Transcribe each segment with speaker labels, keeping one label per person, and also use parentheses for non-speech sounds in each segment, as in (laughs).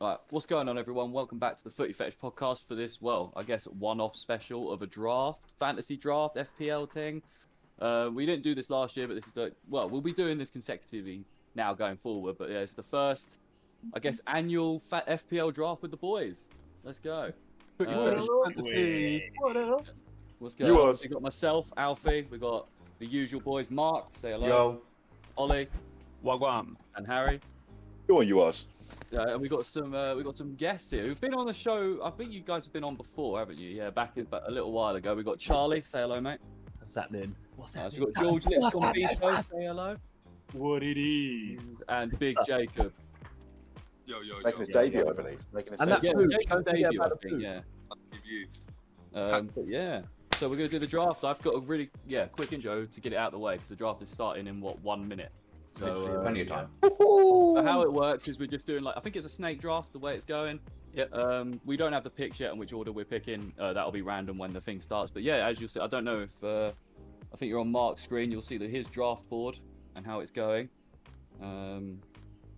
Speaker 1: Right, what's going on, everyone? Welcome back to the Footy Fetish podcast for this, well, I guess one-off special of a draft, fantasy draft, FPL thing. Uh, we didn't do this last year, but this is the well, we'll be doing this consecutively now going forward. But yeah, it's the first, I guess, annual fa- FPL draft with the boys. Let's go.
Speaker 2: Footy
Speaker 1: Uh,
Speaker 2: Fetish
Speaker 1: fantasy.
Speaker 2: What up?
Speaker 1: What's
Speaker 3: You
Speaker 1: going on?
Speaker 3: are-
Speaker 1: So We got myself, Alfie. We got the usual boys, Mark. Say hello.
Speaker 4: Yo,
Speaker 1: Ollie
Speaker 2: Wagwan.
Speaker 1: and Harry.
Speaker 3: Go on, you ass.
Speaker 1: Uh, and we got some uh, we got some guests here who've been on the show. I think you guys have been on before, haven't you? Yeah, back in, but a little while ago. We got Charlie. Say hello, mate.
Speaker 5: What's happening? What's
Speaker 1: Uh, so we got George Lipscomb. Vito, Say hello.
Speaker 2: What it is.
Speaker 1: And
Speaker 5: Uh,
Speaker 1: Big Jacob.
Speaker 6: Yo, yo,
Speaker 3: Making
Speaker 6: yo.
Speaker 3: his debut, I believe. Making his
Speaker 5: And
Speaker 3: debut.
Speaker 5: that-
Speaker 1: Yeah,
Speaker 5: poo,
Speaker 1: Jacob
Speaker 5: don't forget
Speaker 1: debut, I
Speaker 5: about the
Speaker 1: think,
Speaker 5: poo.
Speaker 1: yeah.
Speaker 6: I'll give you.
Speaker 1: Um, but yeah. So we're gonna do the draft. I've got a really yeah quick intro to get it out of the way because the draft is starting in what one minute. So
Speaker 4: literally,
Speaker 1: uh,
Speaker 4: plenty of time.
Speaker 1: So how it works is we're just doing like I think it's a snake draft the way it's going.
Speaker 4: Yep.
Speaker 1: Um, we don't have the picks yet and which order we're picking. Uh, that'll be random when the thing starts. But yeah, as you'll see, I don't know if uh, I think you're on Mark's screen. You'll see the, his draft board and how it's going. Um,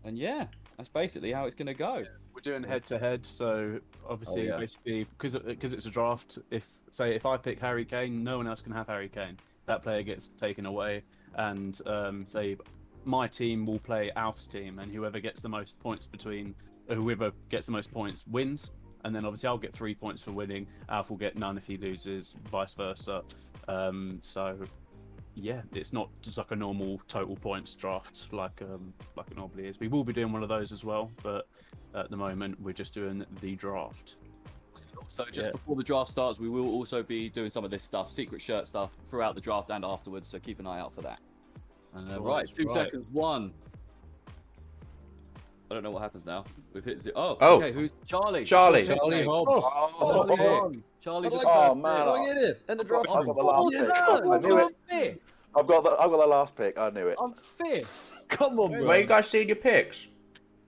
Speaker 1: and yeah, that's basically how it's gonna go.
Speaker 2: We're doing
Speaker 1: So- Oh,
Speaker 2: head to head, so obviously,
Speaker 1: yeah.
Speaker 2: basically, because because it's a draft. If say if I pick Harry Kane, no one else can have Harry Kane. That player gets taken away, and um, say my team will play Alf's team, and whoever gets the most points between uh, whoever gets the most points wins. And then obviously I'll get three points for winning. Alf will get none if he loses, vice versa. Um, so yeah, it's not just like a normal total points draft like um, like it normally is. We will be doing one of those as well, but at the moment we're just doing the draft.
Speaker 1: So just
Speaker 2: Yeah.
Speaker 1: before the draft starts, we will also be doing some of this stuff, secret shirt stuff, throughout the draft and afterwards. So keep an eye out for that. Uh,
Speaker 2: Cool,
Speaker 1: right,
Speaker 2: that's
Speaker 1: two
Speaker 2: right.
Speaker 1: seconds. One. I don't know what happens now. We've hit zero. Oh,
Speaker 4: Oh.
Speaker 1: okay. Who's Charlie?
Speaker 4: Charlie.
Speaker 1: Charlie.
Speaker 2: Hobbs.
Speaker 3: Oh,
Speaker 1: Oh,
Speaker 3: oh, oh,
Speaker 1: Charlie. "Oh,
Speaker 3: like Oh, man,
Speaker 5: Look at it. And the
Speaker 3: I've got-
Speaker 5: drop.
Speaker 3: I've got the last
Speaker 5: Yes,
Speaker 3: pick.
Speaker 5: sir.
Speaker 3: I knew it.
Speaker 1: fifth.
Speaker 3: I've got the, I've got the last pick. I knew it.
Speaker 1: I'm fifth.
Speaker 5: Come on,
Speaker 4: Where
Speaker 5: bro.
Speaker 4: you guys seeing your picks?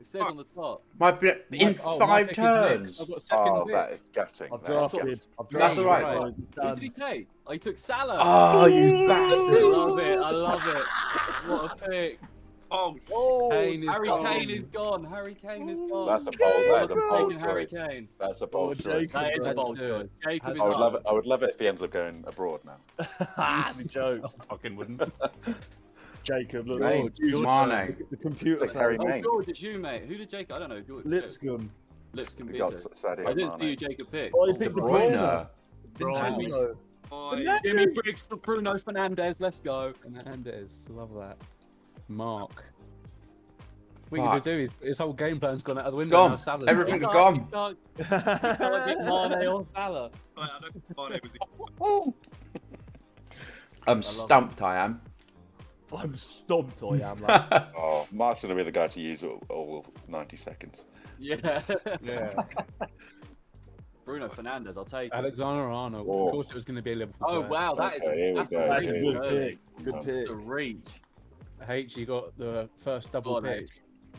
Speaker 1: It says on the top.
Speaker 4: My bl- in
Speaker 2: Oh, my
Speaker 4: five
Speaker 2: pick is next.
Speaker 4: turns.
Speaker 2: I've got second
Speaker 3: Oh,
Speaker 2: pick.
Speaker 3: that is gutting. That
Speaker 5: I've
Speaker 3: is gutting.
Speaker 5: drafted. I've
Speaker 2: That's
Speaker 5: drafted.
Speaker 2: alright.
Speaker 5: Guys, it's
Speaker 1: Who did
Speaker 5: done.
Speaker 1: he take? Oh, he took Salah.
Speaker 4: Oh, you
Speaker 1: I
Speaker 4: bastard!
Speaker 1: love it. I love it. What a pick.
Speaker 6: Oh,
Speaker 5: Oh,
Speaker 1: Kane is
Speaker 5: Harry
Speaker 1: gone.
Speaker 5: Kane
Speaker 1: is gone. Harry Kane is gone.
Speaker 3: That's a bold. That is a
Speaker 1: Taking
Speaker 3: bold
Speaker 1: Harry
Speaker 3: choice.
Speaker 1: Kane.
Speaker 3: That's a
Speaker 5: Oh,
Speaker 3: bold choice.
Speaker 5: Jacob.
Speaker 1: That is a
Speaker 2: Let's
Speaker 1: bold
Speaker 2: do
Speaker 1: choice.
Speaker 2: it.
Speaker 1: Jacob is
Speaker 3: I would
Speaker 1: on.
Speaker 3: love it. I would love it if he ends up going abroad
Speaker 5: (laughs)
Speaker 3: now.
Speaker 5: Ah, the joke.
Speaker 2: I fucking wouldn't.
Speaker 5: (laughs) Jacob, look.
Speaker 3: Mate,
Speaker 5: George, your
Speaker 4: Mane.
Speaker 5: turn. The, the computer.
Speaker 3: Like Harry
Speaker 5: fell.
Speaker 1: Oh,
Speaker 3: Mane.
Speaker 1: George, it's you, mate. Who did Jacob? I don't know. George,
Speaker 5: Lipscomb.
Speaker 1: Lips can
Speaker 3: We
Speaker 1: be
Speaker 3: got
Speaker 1: so.
Speaker 3: Sadio
Speaker 1: I didn't see you,
Speaker 3: Mane.
Speaker 1: Jacob, pick.
Speaker 5: Oh, he picked
Speaker 4: De
Speaker 5: De Bruyne.
Speaker 4: Bruyne.
Speaker 1: Bruyne.
Speaker 5: Vincenzo.
Speaker 6: boy.
Speaker 5: Fernandes.
Speaker 1: Jimmy Briggs for Bruno Fernandez. Let's go.
Speaker 2: Hernandez, love that. Mark. What are you gonna
Speaker 4: Fuck.
Speaker 2: do? His, his whole game plan's gone out of the window.
Speaker 4: gone.
Speaker 2: Now, Salah's- (laughs)
Speaker 4: Everything- Everything's
Speaker 1: He's
Speaker 4: gone.
Speaker 5: (laughs)
Speaker 1: done. He's done. Mane or Salah.
Speaker 6: Right, I don't think Mane was in.
Speaker 4: I'm stumped. I am.
Speaker 5: I'm stomped, I
Speaker 6: (laughs)
Speaker 5: am. Like,
Speaker 4: (laughs)
Speaker 3: Oh, Mark's gonna be the guy to use all, all 90 seconds.
Speaker 1: Yeah. (laughs)
Speaker 2: yeah.
Speaker 1: Bruno Fernandez, I'll take. it.
Speaker 2: Alexander Arnold.
Speaker 3: Oh.
Speaker 2: Of course, it was going to be a Liverpool.
Speaker 1: Oh
Speaker 2: player.
Speaker 1: wow, that is
Speaker 3: Okay, here we
Speaker 1: that's
Speaker 3: go,
Speaker 5: that's a
Speaker 3: here
Speaker 1: amazing.
Speaker 3: we
Speaker 5: good
Speaker 3: go.
Speaker 5: pick. Good pick.
Speaker 1: The reach.
Speaker 2: H, you got the first double
Speaker 1: Go on,
Speaker 2: pick.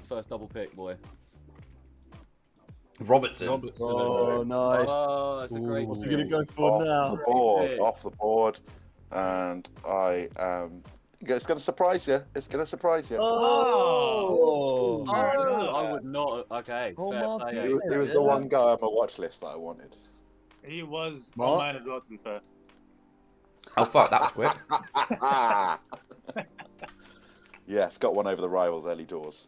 Speaker 1: First double pick, boy.
Speaker 4: Robertson.
Speaker 2: Robertson.
Speaker 5: Oh, nice.
Speaker 1: Oh, that's a great.
Speaker 2: Ooh.
Speaker 5: What's
Speaker 1: pick.
Speaker 5: he going to go
Speaker 3: Off
Speaker 5: for now?
Speaker 3: the board.
Speaker 1: pick.
Speaker 3: Off the board. And I um, it's gonna surprise you. It's gonna surprise you.
Speaker 5: Oh.
Speaker 1: Oh, I would not. Okay.
Speaker 5: Oh,
Speaker 1: fair
Speaker 5: Martin.
Speaker 1: play.
Speaker 3: He was, he was the one guy on my watch list that I wanted. (laughs)
Speaker 7: He was
Speaker 5: Mark?
Speaker 7: online as well, to be fair.
Speaker 4: Oh fuck, that was quick.
Speaker 3: yes, got one over the rivals early doors.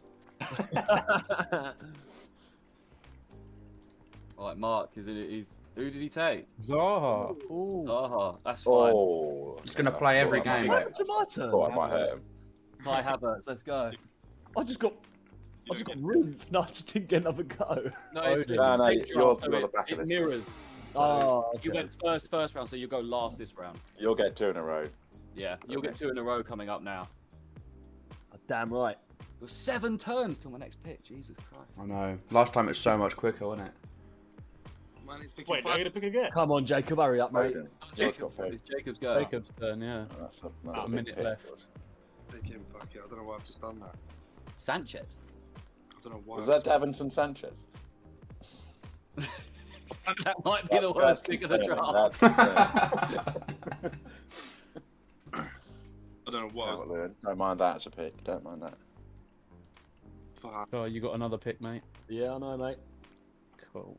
Speaker 1: All right, Mark is it? He's who did he take?
Speaker 2: Zaha.
Speaker 1: Zaha. That's fine.
Speaker 3: Oh,
Speaker 4: He's gonna play every
Speaker 3: Thought I
Speaker 4: game.
Speaker 5: What
Speaker 3: might-
Speaker 5: happened to my turn?
Speaker 3: Thought I might hurt him.
Speaker 1: Kai Havertz. Let's go.
Speaker 5: I just got. I
Speaker 6: You
Speaker 5: just
Speaker 6: don't
Speaker 5: got
Speaker 6: get
Speaker 5: rinsed. No, I just didn't get another go.
Speaker 1: No,
Speaker 2: Oh,
Speaker 1: it's
Speaker 2: dear.
Speaker 3: No, no,
Speaker 1: big
Speaker 3: you're-
Speaker 1: draft,
Speaker 3: you're
Speaker 1: so
Speaker 3: on the
Speaker 1: it-
Speaker 3: back of
Speaker 1: it
Speaker 3: this.
Speaker 1: mirrors. So
Speaker 5: oh,
Speaker 1: you
Speaker 5: okay.
Speaker 1: went first first round, so you'll go last this round.
Speaker 3: You'll get two in a row.
Speaker 1: Yeah, you'll get
Speaker 3: Okay.
Speaker 1: two in a row coming up now.
Speaker 5: Oh, Damn right.
Speaker 1: It was seven turns till my next pick. Jesus Christ.
Speaker 4: I know. Last time it was so much quicker, wasn't it?
Speaker 6: Mane's picking
Speaker 7: Wait, now
Speaker 6: five.
Speaker 7: you're gonna pick again.
Speaker 5: Come on, Jacob, hurry up, mate.
Speaker 3: Okay.
Speaker 1: Jacob,
Speaker 3: got faith.
Speaker 1: it's Jacob's go.
Speaker 2: Jacob's turn, yeah.
Speaker 3: That's a- that's
Speaker 2: Got
Speaker 3: a
Speaker 2: a
Speaker 3: big
Speaker 2: minute
Speaker 3: pick.
Speaker 2: left.
Speaker 6: Picking, fuck it. I don't know why I've just done that.
Speaker 1: Sanchez. (laughs)
Speaker 6: I don't know why.
Speaker 3: Was
Speaker 6: I've
Speaker 3: that
Speaker 6: just-
Speaker 3: Davinson Sanchez?
Speaker 1: That might be the
Speaker 3: That-
Speaker 1: worst
Speaker 3: that's
Speaker 1: pick of the
Speaker 3: concerning,
Speaker 1: draft.
Speaker 3: that's
Speaker 4: (laughs)
Speaker 3: concerning.
Speaker 6: I don't know why. I was
Speaker 3: Don't learn. Don't mind that as a pick. Don't mind that.
Speaker 6: fuck.
Speaker 2: Oh, you got another pick, mate.
Speaker 5: Yeah, I know, mate.
Speaker 2: Cool.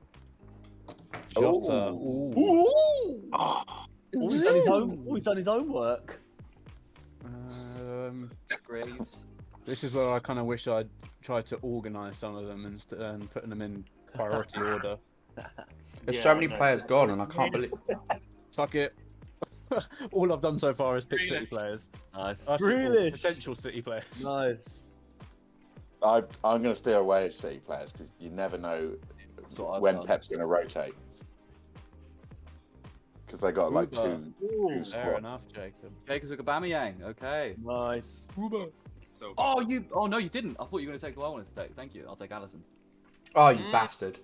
Speaker 2: Jota.
Speaker 5: Ooh!
Speaker 6: Oh,
Speaker 5: Oh, he's done his own. Oh, he's done his own work.
Speaker 2: Um,
Speaker 1: Graves.
Speaker 2: this is where I kind of wish I'd tried to organise some of them and, st- and putting them in
Speaker 5: (laughs)
Speaker 2: priority order.
Speaker 4: There's
Speaker 7: Yeah,
Speaker 4: so many
Speaker 7: no.
Speaker 4: players gone, and I can't (laughs) believe.
Speaker 2: Tuck it. (laughs) All I've done so far is pick City
Speaker 7: Grealish.
Speaker 2: players.
Speaker 1: Nice.
Speaker 2: I should call
Speaker 5: Grealish.
Speaker 2: Potential City players.
Speaker 5: Nice.
Speaker 3: I, I'm going to stay away of City players because you never know
Speaker 1: That's what I've
Speaker 3: when
Speaker 1: done.
Speaker 3: Pep's going to rotate. Because they got like
Speaker 2: Uber.
Speaker 3: two.
Speaker 5: Ooh.
Speaker 2: Fair enough, Jacob.
Speaker 1: Jacobs took Aubameyang. Okay.
Speaker 5: Nice.
Speaker 6: so
Speaker 1: Oh, you. Oh no, you didn't. I thought you were going to take who I wanted to take. Thank you. I'll take Allison.
Speaker 4: Oh, you
Speaker 6: Mm.
Speaker 4: bastard!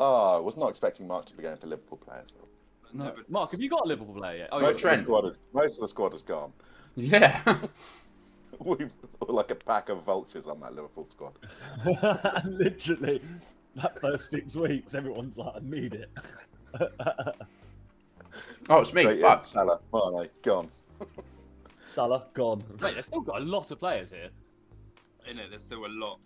Speaker 3: Oh, I was not expecting Mark to be going for Liverpool players.
Speaker 6: I
Speaker 1: No.
Speaker 6: never-
Speaker 1: Mark, have you got a Liverpool player yet? Oh,
Speaker 4: Right,
Speaker 1: you-
Speaker 4: Trent.
Speaker 3: The squad is- most of the squad is gone. (laughs)
Speaker 4: Yeah. (laughs)
Speaker 3: We've we're like a pack of vultures on that Liverpool squad.
Speaker 5: (laughs) Literally, that first six weeks, everyone's like, I need it.
Speaker 4: oh, it's me.
Speaker 3: Straight in,
Speaker 4: Fuck.
Speaker 3: Salah, oh Mane, gone.
Speaker 5: Salah gone.
Speaker 1: Mate, they've still got a lot of players here.
Speaker 6: In it, there's still a lot.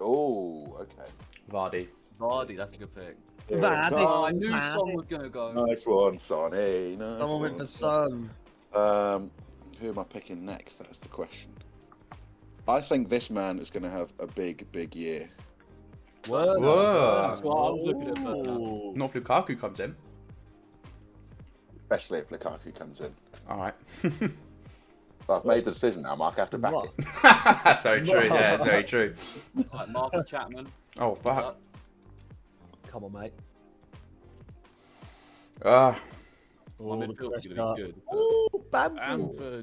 Speaker 3: Oh, okay.
Speaker 4: Vardy.
Speaker 1: Vardy, that's a good pick.
Speaker 3: Here we
Speaker 5: Vardy.
Speaker 1: Oh, I
Speaker 3: go.
Speaker 1: knew
Speaker 5: Vardy.
Speaker 1: someone was going to
Speaker 5: Oh.
Speaker 1: go.
Speaker 3: Nice one, Sonny. Nice one.
Speaker 5: Someone went for Son.
Speaker 3: Um, who am I picking next? That's the question. I think this man is going to have a big, big year.
Speaker 5: Werner.
Speaker 4: Whoa.
Speaker 1: That's what I was looking at uh, first.
Speaker 5: Ooh.
Speaker 4: North Lukaku comes in.
Speaker 3: Especially if Lukaku comes in.
Speaker 4: All right. (laughs)
Speaker 3: I've made the decision now, Mark. I have to back
Speaker 5: What?
Speaker 3: it.
Speaker 4: so true. Yeah, (laughs) it's very true.
Speaker 1: Right,
Speaker 5: (laughs)
Speaker 1: Marcus Chapman. Uh,
Speaker 4: Oh fuck.
Speaker 5: Come on, mate.
Speaker 4: Ah.
Speaker 1: My
Speaker 5: All the
Speaker 1: midfield's going to
Speaker 5: pressure.
Speaker 1: be good.
Speaker 5: Ooh, Bamford.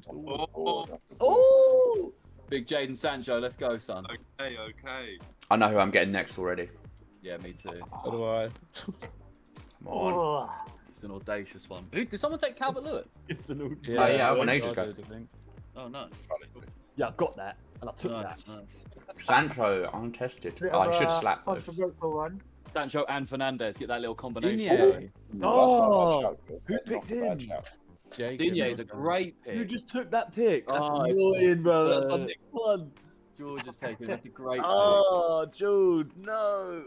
Speaker 2: Bamford. Ooh.
Speaker 6: Oh,
Speaker 5: Ooh.
Speaker 1: uh, Big Jaden Sancho, let's go, son.
Speaker 6: okay, okay.
Speaker 4: I know who I'm getting next already.
Speaker 1: Yeah, me too.
Speaker 2: So do I.
Speaker 4: Come on.
Speaker 1: It's an audacious one. Who, did someone take Calvert Lewin?
Speaker 5: It's the new.
Speaker 4: Yeah, Oh, yeah, I won ages
Speaker 2: I
Speaker 4: ago.
Speaker 2: did, I think.
Speaker 1: Oh, no.
Speaker 5: Yeah, I got that, and I took
Speaker 1: no,
Speaker 5: that.
Speaker 1: no.
Speaker 4: Sancho, untested. Oh, I should slap though.
Speaker 1: Sancho and Fernandez get that little combination.
Speaker 2: Digne.
Speaker 5: Oh, who
Speaker 3: That's not
Speaker 5: picked
Speaker 3: a bad
Speaker 5: him?
Speaker 3: shout.
Speaker 2: Jacob.
Speaker 1: Digne is a great pick.
Speaker 5: You just took that pick. That's
Speaker 1: Oh, it's-
Speaker 5: annoying, bro. That's my
Speaker 1: uh,
Speaker 5: next one.
Speaker 1: George is taking. That's a
Speaker 5: (laughs)
Speaker 1: great pick.
Speaker 5: Oh, Jude,
Speaker 1: (laughs)
Speaker 5: no.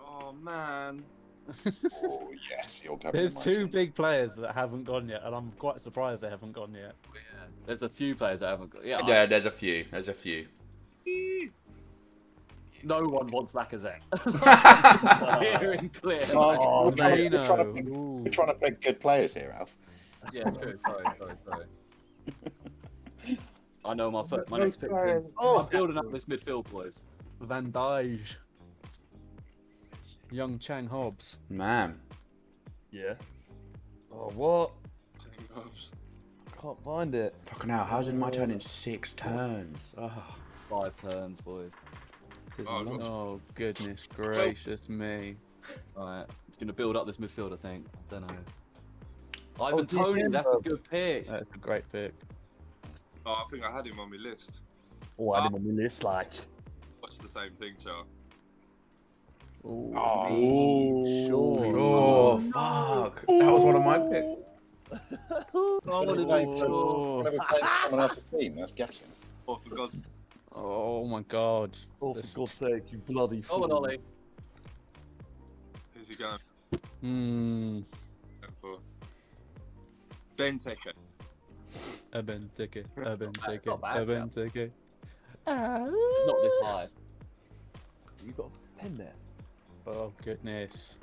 Speaker 6: Oh man.
Speaker 3: Oh, yes. You'll have
Speaker 2: There's
Speaker 3: him,
Speaker 2: two
Speaker 3: Martin.
Speaker 2: big players that haven't gone yet, and I'm quite surprised they haven't gone yet.
Speaker 1: Yeah. There's a few players I haven't got. Yeah, I-
Speaker 4: Yeah, there's a few. There's
Speaker 2: (laughs)
Speaker 4: a few.
Speaker 1: no one wants
Speaker 5: (laughs)
Speaker 1: Lacazette. (laughs)
Speaker 4: Alright,
Speaker 1: Clear and clear.
Speaker 3: Oh,
Speaker 2: Oh,
Speaker 3: we're trying to- we're trying to pick-
Speaker 2: Ooh.
Speaker 3: We're trying to pick good players here, Alf.
Speaker 1: Yeah, true. Sorry, sorry, sorry. I know my first, my next pick. then. I'm
Speaker 5: oh,
Speaker 1: building up this midfield, boys.
Speaker 2: Van Dijk. Young Chang Hobbs.
Speaker 4: Man.
Speaker 5: yeah. Oh, what?
Speaker 6: Shame, Hobbs.
Speaker 5: Can't find it.
Speaker 4: Fucking hell, how's in my turn in six turns? Oh,
Speaker 1: Five turns, boys.
Speaker 4: there's
Speaker 6: Oh,
Speaker 4: lots.
Speaker 2: Oh, goodness gracious me.
Speaker 1: Alright. It's gonna build up this midfield, I think. I don't know. Ivan
Speaker 5: Oh,
Speaker 1: Tony,
Speaker 5: DCM,
Speaker 1: that's a good pick.
Speaker 2: That's a great pick.
Speaker 6: Oh, I think I had him on my list.
Speaker 5: Oh, I didn't on my list, like.
Speaker 6: Watch the same thing, chart.
Speaker 2: Ooh,
Speaker 5: Oh.
Speaker 2: sure.
Speaker 4: Oh, fuck. That was one of my picks.
Speaker 1: (laughs) Oh,
Speaker 3: Gonna
Speaker 1: did
Speaker 3: play-
Speaker 1: I draw?
Speaker 3: gonna play someone else's team. That's guessing.
Speaker 6: Oh, for God's
Speaker 2: Oh my god.
Speaker 5: Oh, for God's sake, you bloody
Speaker 1: Oh,
Speaker 5: fool.
Speaker 1: and Ollie.
Speaker 6: Who's he going
Speaker 2: Hmm.
Speaker 6: for? Ben Tekker.
Speaker 2: Urban ticket. Urban
Speaker 1: (laughs)
Speaker 2: ticket.
Speaker 1: not bad,
Speaker 2: Urban ticket.
Speaker 1: It's not this high.
Speaker 5: You got a pen there.
Speaker 2: Oh goodness.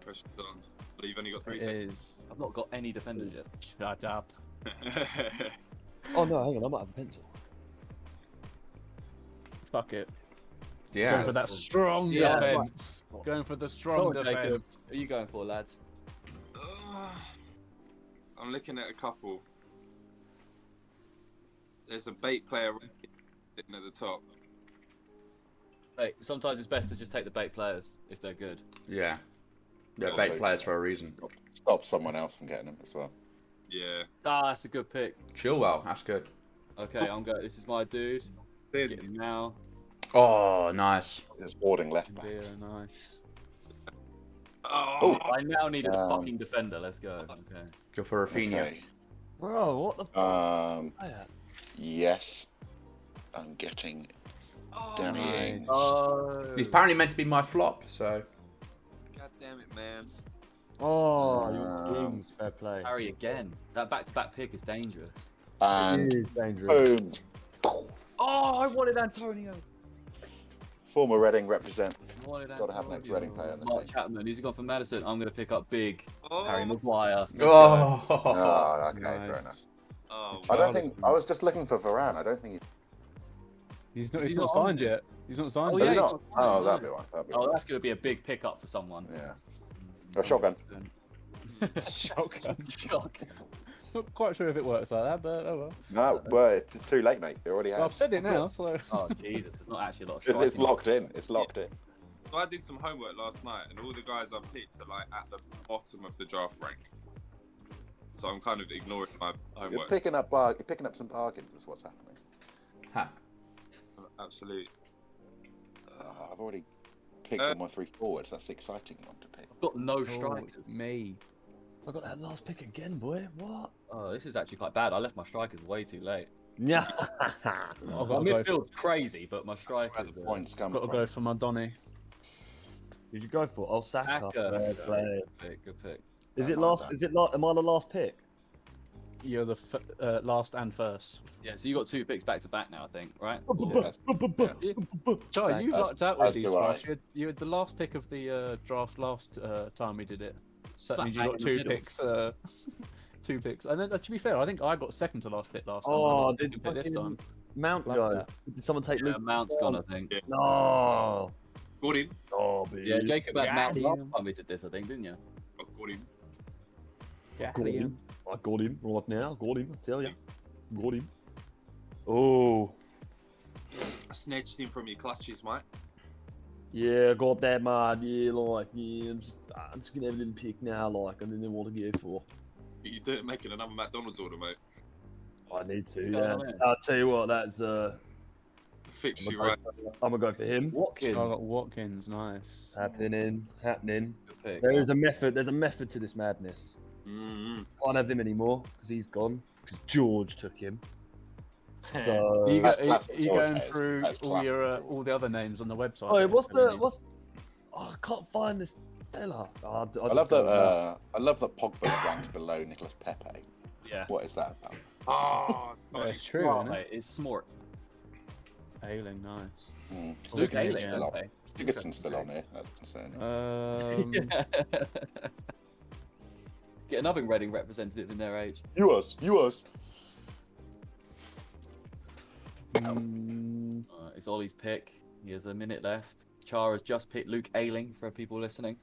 Speaker 6: Pressure's on. But you've only got three
Speaker 2: It is.
Speaker 1: I've not got any defenders yet.
Speaker 2: Shut up.
Speaker 6: seconds. (laughs)
Speaker 5: Oh, no, hang on, I might have a pencil.
Speaker 2: Fuck it. Going
Speaker 4: Yeah.
Speaker 2: for that strong
Speaker 1: Yeah, that's right.
Speaker 2: defense. Going for the
Speaker 1: Go
Speaker 2: strong
Speaker 1: on, Jacob.
Speaker 2: defense.
Speaker 1: Who are you going for, lads?
Speaker 6: Ah, I'm looking at a couple. There's a bait player sitting at the top.
Speaker 1: Hey, sometimes it's best to just take the bait players if they're good.
Speaker 4: Yeah. Yeah, bait players for a reason.
Speaker 3: Stop someone else from getting him as well.
Speaker 6: Yeah.
Speaker 1: Ah, that's a good pick.
Speaker 4: Chilwell, that's good.
Speaker 1: Okay, I'm going. This is my dude. Get
Speaker 6: Then
Speaker 1: him now.
Speaker 4: Oh, nice.
Speaker 3: There's boarding left backs.
Speaker 2: Very nice.
Speaker 6: oh,
Speaker 1: I now needed a
Speaker 3: Um,
Speaker 1: Oh. fucking defender. Let's go. Okay.
Speaker 4: Go for Rafinha.
Speaker 3: Okay.
Speaker 1: Bro, what the
Speaker 3: Um,
Speaker 1: fire?
Speaker 3: yes, I'm getting
Speaker 6: Oh,
Speaker 3: Danny Ings.
Speaker 1: Oh,
Speaker 4: He's apparently meant to be my flop, so
Speaker 6: God damn it, man.
Speaker 5: Oh,
Speaker 3: Wow.
Speaker 5: you kings, fair play.
Speaker 1: Harry again. That back-to-back pick is dangerous.
Speaker 3: And
Speaker 5: It is dangerous.
Speaker 3: boom.
Speaker 1: Oh, I wanted Antonio.
Speaker 3: Former Reading represent.
Speaker 1: I wanted
Speaker 3: Gotta have an
Speaker 1: Antonio.
Speaker 3: ex-Reading player on the
Speaker 1: Mark
Speaker 3: team.
Speaker 1: Chapman. Who's he gone for Madison? I'm going to pick up big
Speaker 6: Oh,
Speaker 1: Harry Maguire.
Speaker 4: oh,
Speaker 3: Oh, okay, fair enough.
Speaker 2: Nice.
Speaker 6: oh,
Speaker 3: I don't
Speaker 2: Charlton.
Speaker 3: think I was just looking for Varane. I don't think he.
Speaker 2: He's not.
Speaker 1: Is
Speaker 2: He's,
Speaker 1: he
Speaker 2: not
Speaker 1: not on
Speaker 2: signed yet. He's not signed.
Speaker 1: Oh,
Speaker 3: Is
Speaker 2: yet.
Speaker 1: yeah,
Speaker 3: he
Speaker 1: he's
Speaker 3: not?
Speaker 1: not signed,
Speaker 3: Oh,
Speaker 1: no.
Speaker 3: that'd be one. That'd be
Speaker 1: Oh,
Speaker 3: one.
Speaker 1: that's going to be a big pickup for someone.
Speaker 3: Yeah. A shotgun.
Speaker 2: (laughs) Shotgun.
Speaker 1: (laughs) Shock.
Speaker 2: Not quite sure if it works like that, but oh well.
Speaker 3: No, well, it's too late, mate. It already has.
Speaker 2: Well, I've said it now, so.
Speaker 1: Oh, Jesus. There's not actually a lot of
Speaker 3: It's, it's
Speaker 1: striking.
Speaker 3: locked in. It's locked in.
Speaker 6: So I did some homework last night, and all the guys I picked are like at the bottom of the draft rank. So I'm kind of ignoring my
Speaker 3: You're
Speaker 6: homework.
Speaker 3: picking up bar- You're picking up some bargains. Is what's happening.
Speaker 4: Huh.
Speaker 6: Absolute.
Speaker 3: Uh, I've already picked
Speaker 6: Uh,
Speaker 3: all my three forwards. That's the exciting one to pick.
Speaker 1: I've got no strikers.
Speaker 2: Oh, me.
Speaker 5: I got that last pick again, boy. What?
Speaker 1: Oh, this is actually quite bad. I left my strikers way too late.
Speaker 5: Yeah. (laughs)
Speaker 2: I've
Speaker 1: My
Speaker 2: got to go. For,
Speaker 1: midfield's crazy, but my
Speaker 3: That's where
Speaker 1: strikers.
Speaker 3: Oh, the
Speaker 1: are-
Speaker 3: points come
Speaker 2: got to
Speaker 3: from.
Speaker 2: go for my Donny.
Speaker 5: Did you go for? Oh, Saka.
Speaker 1: Saka.
Speaker 5: Fair play.
Speaker 1: Good pick, good pick.
Speaker 5: Is it last? Is it last? Am I the last pick?
Speaker 2: You're the f- uh, last and first.
Speaker 1: Yeah, so you got two picks back to back now, I think, right?
Speaker 3: Yeah.
Speaker 2: Charlie,
Speaker 5: Thank
Speaker 2: you
Speaker 3: you.
Speaker 2: lucked out
Speaker 3: As
Speaker 2: with these
Speaker 3: do I.
Speaker 2: drafts. You had, you had the last pick of the uh, draft last uh, time we did it. So
Speaker 1: Smack
Speaker 2: that means you
Speaker 1: bang
Speaker 2: got
Speaker 1: in the
Speaker 2: two
Speaker 1: middle.
Speaker 2: picks. Uh, (laughs) two picks. And then, uh, to be fair, I think I got second to last pick last time. I
Speaker 5: Oh,
Speaker 2: got
Speaker 5: did
Speaker 2: second pick this
Speaker 5: fucking-
Speaker 2: time.
Speaker 5: Mount
Speaker 2: Love
Speaker 5: go.
Speaker 2: that.
Speaker 5: Did someone take
Speaker 1: Yeah,
Speaker 5: Luke?
Speaker 1: Mount's gone, I think.
Speaker 5: No.
Speaker 6: Gordon.
Speaker 5: Oh, dude.
Speaker 1: Yeah, Jacob had
Speaker 2: Yeah,
Speaker 1: Mount
Speaker 2: yeah.
Speaker 1: last time we did this, I think, didn't you?
Speaker 6: Oh, Gordon.
Speaker 5: Got him. I got him right now. Got him. I tell you. Got him. Oh.
Speaker 6: I snatched him from your clutches, mate.
Speaker 5: Yeah, got that, man. Yeah, like, yeah, I'm just, I'm just gonna have a little pick now, like, and then they want to go for.
Speaker 6: You don't making another McDonald's order, mate.
Speaker 5: I need to.
Speaker 1: going
Speaker 5: Yeah.
Speaker 1: on here?
Speaker 5: I'll tell you what. That's uh,
Speaker 6: Fix
Speaker 5: I'm
Speaker 6: you
Speaker 5: gonna
Speaker 6: right.
Speaker 5: go- I'm gonna go for him.
Speaker 1: Watkins.
Speaker 2: I got Watkins. Nice.
Speaker 5: Happening, happening.
Speaker 1: Good pick.
Speaker 5: There is a method. There's a method to this madness.
Speaker 6: Mm-hmm.
Speaker 5: Can't have him anymore because he's gone. Because George took him. So.
Speaker 2: Are
Speaker 5: Uh,
Speaker 2: you, go,
Speaker 3: That's
Speaker 2: are you-
Speaker 3: classic.
Speaker 2: are you
Speaker 3: Okay,
Speaker 2: going through
Speaker 3: that's
Speaker 2: all
Speaker 3: classic.
Speaker 2: your uh, all the other names on the website?
Speaker 5: Oh,
Speaker 2: that
Speaker 5: what's
Speaker 2: you're (laughs)
Speaker 5: the
Speaker 2: sending me?
Speaker 5: what's? Oh, I can't find this fella. Oh, I,
Speaker 3: I love that. Uh, I love that Pogba ranks below Nicolas Pepe.
Speaker 1: Yeah.
Speaker 3: What is that about?
Speaker 6: Oh,
Speaker 2: Oh,
Speaker 6: Tony.
Speaker 2: it's true.
Speaker 1: Right,
Speaker 2: isn't it?
Speaker 1: it's Smart.
Speaker 2: Ailing,
Speaker 5: (laughs)
Speaker 2: nice.
Speaker 3: Hmm.
Speaker 2: Luke
Speaker 3: Sigurdsson's
Speaker 2: Ayling,
Speaker 3: still on.
Speaker 1: (laughs) okay.
Speaker 3: Sigurdsson's still on here. That's concerning.
Speaker 2: Um,
Speaker 1: (laughs) Get another Reading representative in their age.
Speaker 3: You us. You us.
Speaker 2: mm,
Speaker 1: Uh, it's Ollie's pick. He has a minute left. Chara's just picked Luke Ayling for people listening.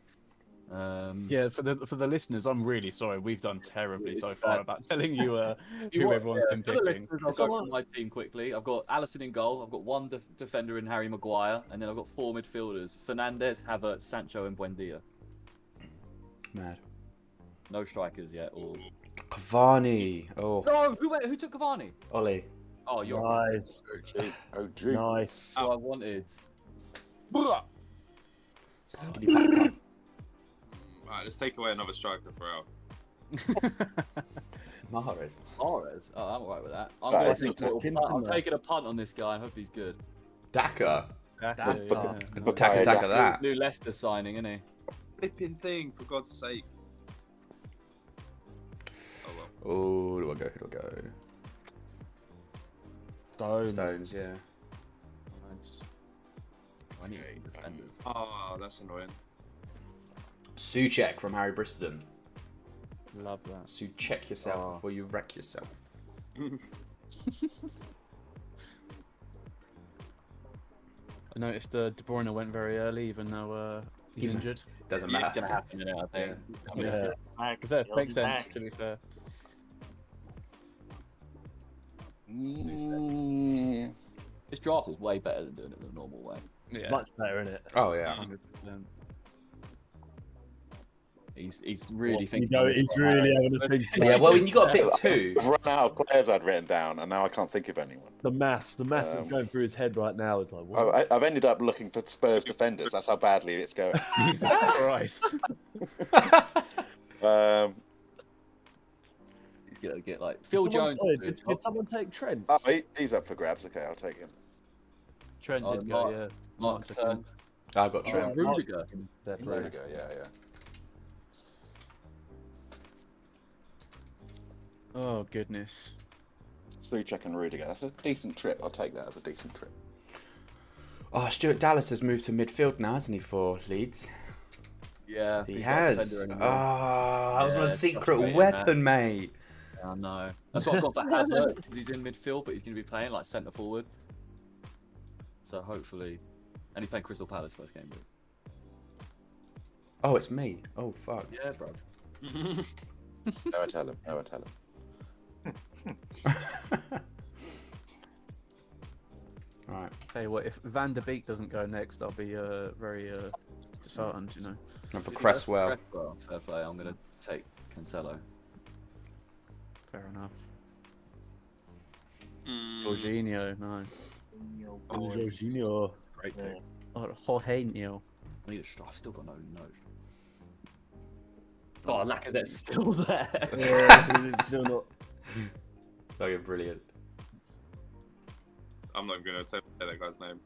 Speaker 1: Um,
Speaker 2: Yeah, for the for the listeners, I'm really sorry. We've done terribly
Speaker 1: It's
Speaker 2: so far
Speaker 1: bad.
Speaker 2: about telling you uh,
Speaker 1: You
Speaker 2: who
Speaker 1: want-
Speaker 2: everyone's
Speaker 1: yeah,
Speaker 2: been
Speaker 1: for the
Speaker 2: picking.
Speaker 1: listeners, I'll
Speaker 5: It's
Speaker 1: go
Speaker 5: all
Speaker 1: through my team quickly. I've got Allison in goal. I've got one def- defender in Harry Maguire, and then I've got four midfielders: Fernandez, Havertz, Sancho, and Buendia.
Speaker 4: mad.
Speaker 1: No strikers yet. Or...
Speaker 4: Cavani. Oh,
Speaker 1: No, who, went- who took Cavani?
Speaker 4: Ollie.
Speaker 1: Oh, you're.
Speaker 5: nice,
Speaker 3: Gee. Oh, gee.
Speaker 5: nice.
Speaker 1: That's what I wanted.
Speaker 6: All right, let's take away another striker for Alf.
Speaker 4: Mahrez.
Speaker 1: Alvarez. Oh, I'm alright with that. I'm
Speaker 3: Right,
Speaker 1: gonna
Speaker 3: I think
Speaker 1: take a little
Speaker 5: Atkinson,
Speaker 1: punt- I'm
Speaker 5: though.
Speaker 1: taking a punt on this guy. I hope he's good.
Speaker 4: Daka.
Speaker 2: Daka,
Speaker 5: (laughs) That's
Speaker 2: yeah,
Speaker 5: fun.
Speaker 2: nice.
Speaker 3: But
Speaker 4: Daka,
Speaker 3: I-
Speaker 4: Daka, that.
Speaker 1: New Leicester signing, isn't he?
Speaker 6: Flipping thing, for God's sake. Oh well.
Speaker 4: Oh, do I go? Who do I go?
Speaker 5: Stones.
Speaker 4: Stones, yeah.
Speaker 1: I need defenders.
Speaker 6: Oh, that's annoying.
Speaker 4: Suchek from Harry Bristol.
Speaker 2: Love that.
Speaker 4: So check yourself
Speaker 2: Oh.
Speaker 4: before you wreck yourself.
Speaker 2: I noticed uh, De Bruyne went very early, even though uh, he's
Speaker 4: He must-
Speaker 2: injured.
Speaker 4: Doesn't
Speaker 1: Yeah,
Speaker 4: matter.
Speaker 1: it's gonna happen, innit, I think. I mean,
Speaker 5: Yeah.
Speaker 7: Back.
Speaker 2: That
Speaker 7: He'll
Speaker 2: makes
Speaker 7: be
Speaker 2: sense,
Speaker 7: back.
Speaker 2: to be fair.
Speaker 3: Mm.
Speaker 1: This draft is way better than doing it the normal way.
Speaker 2: Yeah.
Speaker 5: Much better, isn't it?
Speaker 1: (laughs)
Speaker 4: Oh yeah.
Speaker 2: 100%.
Speaker 1: He's he's really
Speaker 5: you
Speaker 1: thinking.
Speaker 5: know,
Speaker 1: this
Speaker 5: he's
Speaker 1: one out.
Speaker 3: (laughs)
Speaker 5: really having a think.
Speaker 4: Yeah. Well, you got a bit of (laughs) two.
Speaker 3: I've run out of players I'd written down, and now I can't think of anyone.
Speaker 5: the maths, the maths that's
Speaker 3: Um, oh,
Speaker 5: going through his head right now is like,
Speaker 3: I,
Speaker 5: what?
Speaker 3: I- I've ended up looking for Spurs defenders. That's how badly it's (laughs) going.
Speaker 2: (laughs) Jesus Christ.
Speaker 3: Um,
Speaker 1: He's get, get like Phil
Speaker 5: Someone-
Speaker 1: Jones.
Speaker 5: oh,
Speaker 1: will do a
Speaker 5: did,
Speaker 1: job.
Speaker 5: did someone take Trent?
Speaker 3: Oh, he, he's up for grabs. Okay, I'll take him.
Speaker 2: Trent
Speaker 1: Oh,
Speaker 2: did go,
Speaker 1: Mark-
Speaker 2: yeah.
Speaker 1: Mark
Speaker 2: Mark's
Speaker 1: Turner.
Speaker 4: I've got
Speaker 5: Oh,
Speaker 4: Trent.
Speaker 1: Trent Rudiger.
Speaker 5: Mark-
Speaker 3: There
Speaker 5: Their
Speaker 3: we
Speaker 5: players.
Speaker 3: go. Yeah, yeah.
Speaker 2: Oh goodness.
Speaker 3: Suchek and Rudiger. That's a decent trip. I'll take that as a decent trip.
Speaker 4: Oh, Stuart Dallas has moved to midfield now, hasn't he, for Leeds?
Speaker 1: Yeah,
Speaker 4: He
Speaker 1: he's not a
Speaker 4: has.
Speaker 1: defender
Speaker 4: Ah,
Speaker 1: anymore.
Speaker 4: that was
Speaker 2: Yeah,
Speaker 4: my
Speaker 2: it's
Speaker 4: secret
Speaker 2: frustrating,
Speaker 4: weapon, mate.
Speaker 1: I know. Oh, That's what I've got for Hazard because he's in midfield, but he's going to be playing like centre forward. So hopefully, and he played Crystal Palace first game. But
Speaker 4: Oh, it's me. Oh, fuck.
Speaker 1: yeah, bro.
Speaker 3: No one tell him. No one tell him.
Speaker 4: All (laughs) right,
Speaker 2: Hey, well, if Van der Beek doesn't go next, I'll be uh, very uh, disheartened, you know.
Speaker 4: and for Cresswell.
Speaker 1: Cresswell, fair play. I'm going to take Cancelo.
Speaker 2: Fair enough.
Speaker 6: Mm,
Speaker 2: Jorginho, no.
Speaker 5: And Jorginho.
Speaker 1: Great pick.
Speaker 2: Or Oh, Jorginho.
Speaker 1: I need a straw. I've still got no nose. Oh, Lacazette's still (laughs)
Speaker 5: (laughs)
Speaker 1: there.
Speaker 5: Yeah, he's still not.
Speaker 4: That'd be brilliant.
Speaker 6: I'm not going to say that guy's name.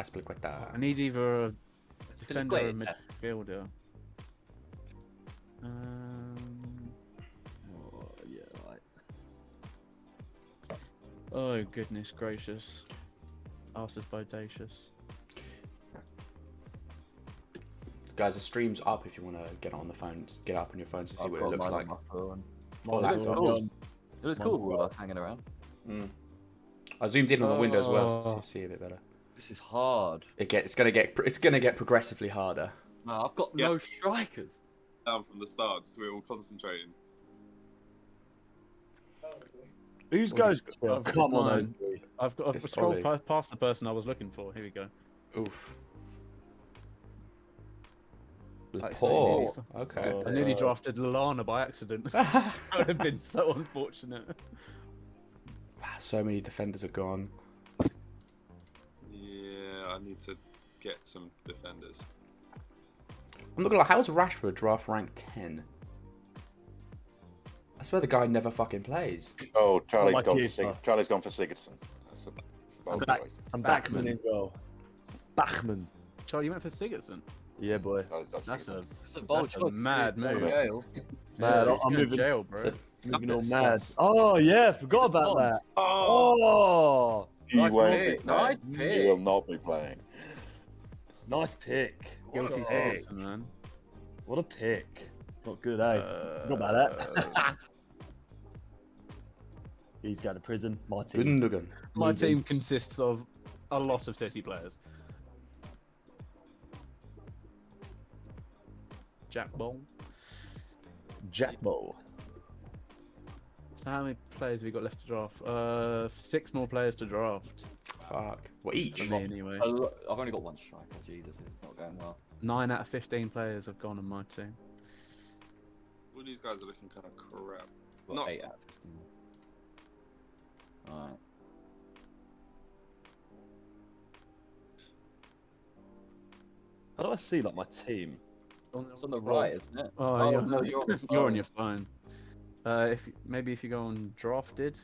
Speaker 4: Aspilicueta.
Speaker 2: I need either a defender or a
Speaker 1: Quaid,
Speaker 2: midfielder. Um,
Speaker 1: oh, yeah, right.
Speaker 2: oh, goodness gracious. Arse is bodacious.
Speaker 4: Guys, the stream's up if you want to get it on the phones, get it up on your phones to see
Speaker 1: I've
Speaker 4: what it
Speaker 1: got
Speaker 4: looks
Speaker 1: mine on
Speaker 4: like.
Speaker 1: my phone.
Speaker 4: Oh,
Speaker 5: Mine's
Speaker 4: that's
Speaker 5: all
Speaker 1: cool.
Speaker 5: gone.
Speaker 1: It was
Speaker 5: My
Speaker 1: cool with all of us hanging around.
Speaker 4: I zoomed in on the window as well so
Speaker 2: Oh.
Speaker 4: you see a bit better.
Speaker 1: This is hard.
Speaker 4: It get, it's gonna get pro- it's gonna get progressively harder.
Speaker 1: No, I've got
Speaker 6: Yeah.
Speaker 1: no strikers.
Speaker 6: Down from the start, just so we were all concentrating.
Speaker 5: Who's
Speaker 2: Well,
Speaker 5: goes?
Speaker 2: he's-
Speaker 5: Oh,
Speaker 2: I've got
Speaker 5: come on,
Speaker 2: mine.
Speaker 5: Andrew.
Speaker 2: I've got. I've
Speaker 4: It's
Speaker 2: scrolled
Speaker 4: Ollie.
Speaker 2: pa- past the person I was looking for. Here we go.
Speaker 4: Oof.
Speaker 2: Like, so he's
Speaker 4: Laporte. Okay.
Speaker 5: Oh,
Speaker 2: I nearly
Speaker 5: uh,
Speaker 2: drafted Lallana by accident. (laughs) that would have been so unfortunate.
Speaker 4: Ah, So many defenders are gone.
Speaker 6: Yeah, I need to get some defenders.
Speaker 4: I'm not gonna lie. How's Rashford draft rank ten? I swear the guy never fucking plays.
Speaker 3: Oh, Charlie's
Speaker 5: my
Speaker 3: gone. For
Speaker 5: keeper.
Speaker 3: Sig- Charlie's gone for Sigurdsson. That's a bold
Speaker 5: Back-
Speaker 3: choice.
Speaker 5: And Bachman as well. Bachman.
Speaker 2: Charlie, you went for Sigurdsson.
Speaker 5: Yeah, boy.
Speaker 3: Charlie's gone for
Speaker 2: That's
Speaker 3: Sigurdsson.
Speaker 2: a
Speaker 1: It's a bold
Speaker 2: That's a
Speaker 1: choice.
Speaker 2: mad move.
Speaker 1: Jail.
Speaker 5: Man,
Speaker 2: he's
Speaker 5: I'm
Speaker 2: going to
Speaker 5: moving-
Speaker 2: jail,
Speaker 4: It's
Speaker 2: bro.
Speaker 4: a-
Speaker 5: Moving
Speaker 4: bit
Speaker 5: on mad.
Speaker 4: sus.
Speaker 5: Oh, yeah, forgot about
Speaker 1: Bond.
Speaker 5: that.
Speaker 6: Oh,
Speaker 5: Oh,
Speaker 3: You
Speaker 1: Nice
Speaker 3: won't
Speaker 1: pick,
Speaker 3: be playing.
Speaker 1: nice
Speaker 3: You
Speaker 1: pick.
Speaker 3: will not be playing.
Speaker 5: nice pick. What
Speaker 2: Guilty
Speaker 5: a pick.
Speaker 2: Sigurdsson, man.
Speaker 5: What a pick. Not good, eh?
Speaker 2: Uh,
Speaker 5: Forgot about that. (laughs) He's going to prison. My team.
Speaker 4: Gundogan.
Speaker 2: My team consists of a lot of City players. Jack Ball.
Speaker 5: Jackbo.
Speaker 2: So how many players have we got left to draft? Uh, six more players to draft.
Speaker 4: Fuck. What
Speaker 2: For
Speaker 4: each?
Speaker 2: me, anyway.
Speaker 1: A lo- I've only got one striker. Jesus, this is not going well.
Speaker 2: Nine out of fifteen players have gone on my team.
Speaker 6: all these guys are looking kind of crap.
Speaker 1: Got
Speaker 6: No.
Speaker 1: eight out of fifteen. Alright.
Speaker 5: How do I see like my team?
Speaker 1: It's on the right, isn't it?
Speaker 2: Oh,
Speaker 1: Oh,
Speaker 2: you're,
Speaker 1: no, you're on your
Speaker 2: you're on
Speaker 1: phone.
Speaker 2: your phone. Uh, if maybe if you go on drafted,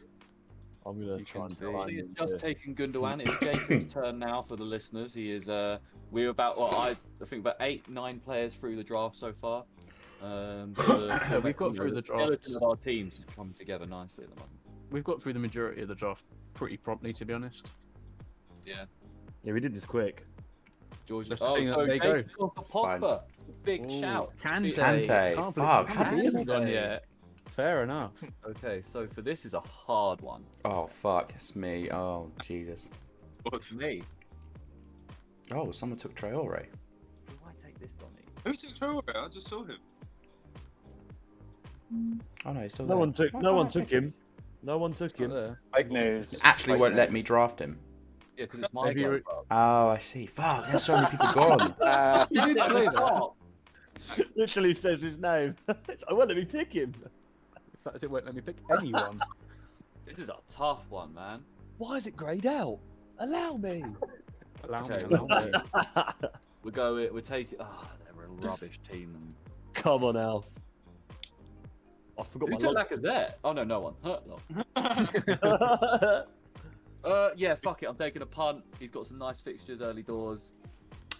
Speaker 5: I'm gonna
Speaker 2: You
Speaker 5: try
Speaker 2: can
Speaker 5: and
Speaker 2: see.
Speaker 5: find
Speaker 1: He has
Speaker 5: him
Speaker 1: just
Speaker 5: here.
Speaker 1: taken
Speaker 2: (coughs)
Speaker 1: Gundogan. It's Jacob's turn now for the listeners. He is. Uh, we're about. Well, I, I think about eight, nine players through the draft so far. Um, (coughs) so the,
Speaker 2: We've got through the
Speaker 1: skeleton
Speaker 2: draft.
Speaker 1: of our teams coming together nicely at the moment.
Speaker 2: we've got through the majority of the draft pretty promptly, to be honest.
Speaker 5: Yeah, we did this quick.
Speaker 1: George.
Speaker 2: That's the
Speaker 1: oh,
Speaker 2: thing,
Speaker 1: so
Speaker 2: they go.
Speaker 1: Jacob's got the Pogba. Big
Speaker 2: Ooh,
Speaker 1: shout.
Speaker 2: Kante.
Speaker 4: Kante,
Speaker 2: Can't believe
Speaker 4: fuck, how
Speaker 2: Kante
Speaker 1: did
Speaker 2: hasn't
Speaker 1: he
Speaker 2: gone
Speaker 1: go?
Speaker 2: yet. Fair enough.
Speaker 1: Okay, so for this is a hard one.
Speaker 4: Oh fuck. It's me. Oh Jesus.
Speaker 6: What?
Speaker 1: me.
Speaker 4: Oh, someone took Traore.
Speaker 1: Do I take this, Donny?
Speaker 6: Who took Traore? I just saw him.
Speaker 4: Oh no, he's still
Speaker 5: No
Speaker 4: there.
Speaker 5: one took.
Speaker 4: Why
Speaker 5: No
Speaker 4: can't
Speaker 5: one
Speaker 4: I
Speaker 5: took
Speaker 4: pick him?
Speaker 5: him. No one took him.
Speaker 7: Fake news.
Speaker 4: Actually,
Speaker 3: Like
Speaker 4: won't let
Speaker 3: that.
Speaker 4: me draft him.
Speaker 1: Yeah, because it's my
Speaker 2: Have you
Speaker 1: goal.
Speaker 2: re-
Speaker 4: Oh, I see. Fuck. There's so many people gone.
Speaker 3: Ah,
Speaker 2: (laughs) You did say that.
Speaker 5: (laughs) Literally says his name. (laughs) I won't let me pick him.
Speaker 2: In fact, it won't let me (laughs) pick anyone.
Speaker 1: This is a tough one, man.
Speaker 5: Why is it greyed out? Allow me. (laughs)
Speaker 2: Allow me,
Speaker 1: Okay,
Speaker 2: allow (laughs) me.
Speaker 1: We go. We're taking. Ah, they're a rubbish team.
Speaker 5: Come on, Alf. I forgot
Speaker 1: Who
Speaker 5: my
Speaker 1: took
Speaker 5: log.
Speaker 1: Lacazette? Oh no, no one. Huh, no.
Speaker 5: (laughs)
Speaker 1: Uh, yeah, fuck it. I'm taking a punt. He's got some nice fixtures early doors.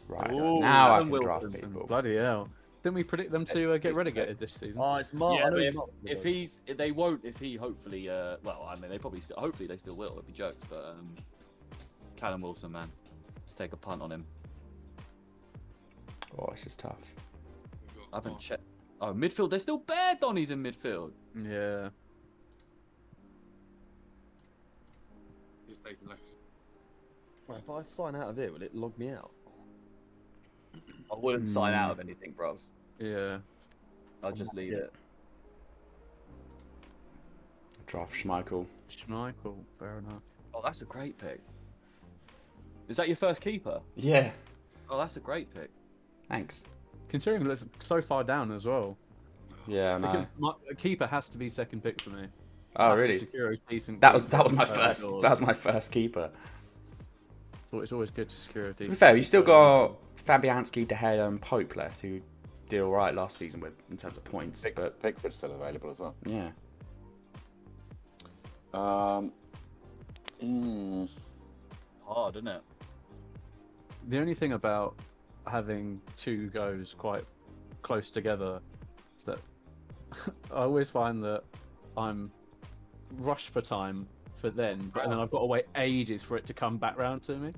Speaker 4: Right,
Speaker 5: Ooh,
Speaker 4: now I
Speaker 2: Adam
Speaker 4: can draft
Speaker 2: Wilkinson,
Speaker 4: people.
Speaker 2: Bloody hell! Didn't we predict them to uh, get
Speaker 1: Who's
Speaker 2: relegated this season?
Speaker 5: oh, it's Mark.
Speaker 1: Yeah,
Speaker 5: I know
Speaker 1: but
Speaker 5: he's not gonna
Speaker 1: If
Speaker 5: do it.
Speaker 1: he's, if they won't. If he hopefully, uh, well, I mean, they probably, still, hopefully they still will. It'd be jokes, but um, Callum Wilson, man, let's take a punt on him.
Speaker 4: Oh, this is tough.
Speaker 1: I haven't checked. Oh, midfield. They're still bare Donnies in midfield.
Speaker 2: Yeah.
Speaker 6: He's taking less.
Speaker 5: if I sign out of here, will it log me out?
Speaker 1: I wouldn't sign out of anything, bro.
Speaker 2: Yeah.
Speaker 1: I'd just leave it.
Speaker 4: Draft Schmeichel.
Speaker 2: Schmeichel. Fair enough.
Speaker 1: Oh, that's a great pick. Is that your first keeper?
Speaker 4: Yeah.
Speaker 1: Oh, that's a great pick.
Speaker 4: Thanks.
Speaker 2: Considering it's so far down as well.
Speaker 4: Yeah, I
Speaker 2: I
Speaker 4: know.
Speaker 2: think my, a keeper has to be second pick for me. I
Speaker 4: Oh,
Speaker 2: have to
Speaker 4: really?
Speaker 2: secure a decent
Speaker 4: That was
Speaker 2: keeper
Speaker 4: that was my
Speaker 2: for
Speaker 4: first. That
Speaker 2: outdoors.
Speaker 4: was my first keeper.
Speaker 2: So it's always good to secure a
Speaker 4: To
Speaker 2: decent.
Speaker 4: be fair, you still
Speaker 2: keeper.
Speaker 4: got Fabianski, De Gea, and Pope left, who did all right last season with in terms of points.
Speaker 3: Pick,
Speaker 4: But
Speaker 3: Pickford's still available as well.
Speaker 4: yeah,
Speaker 3: Um, mm,
Speaker 1: Hard, isn't it?
Speaker 2: The only thing about having two goes quite close together is that (laughs) I always find that I'm rushed for time for then, but then I've got to wait ages for it to come back round to me.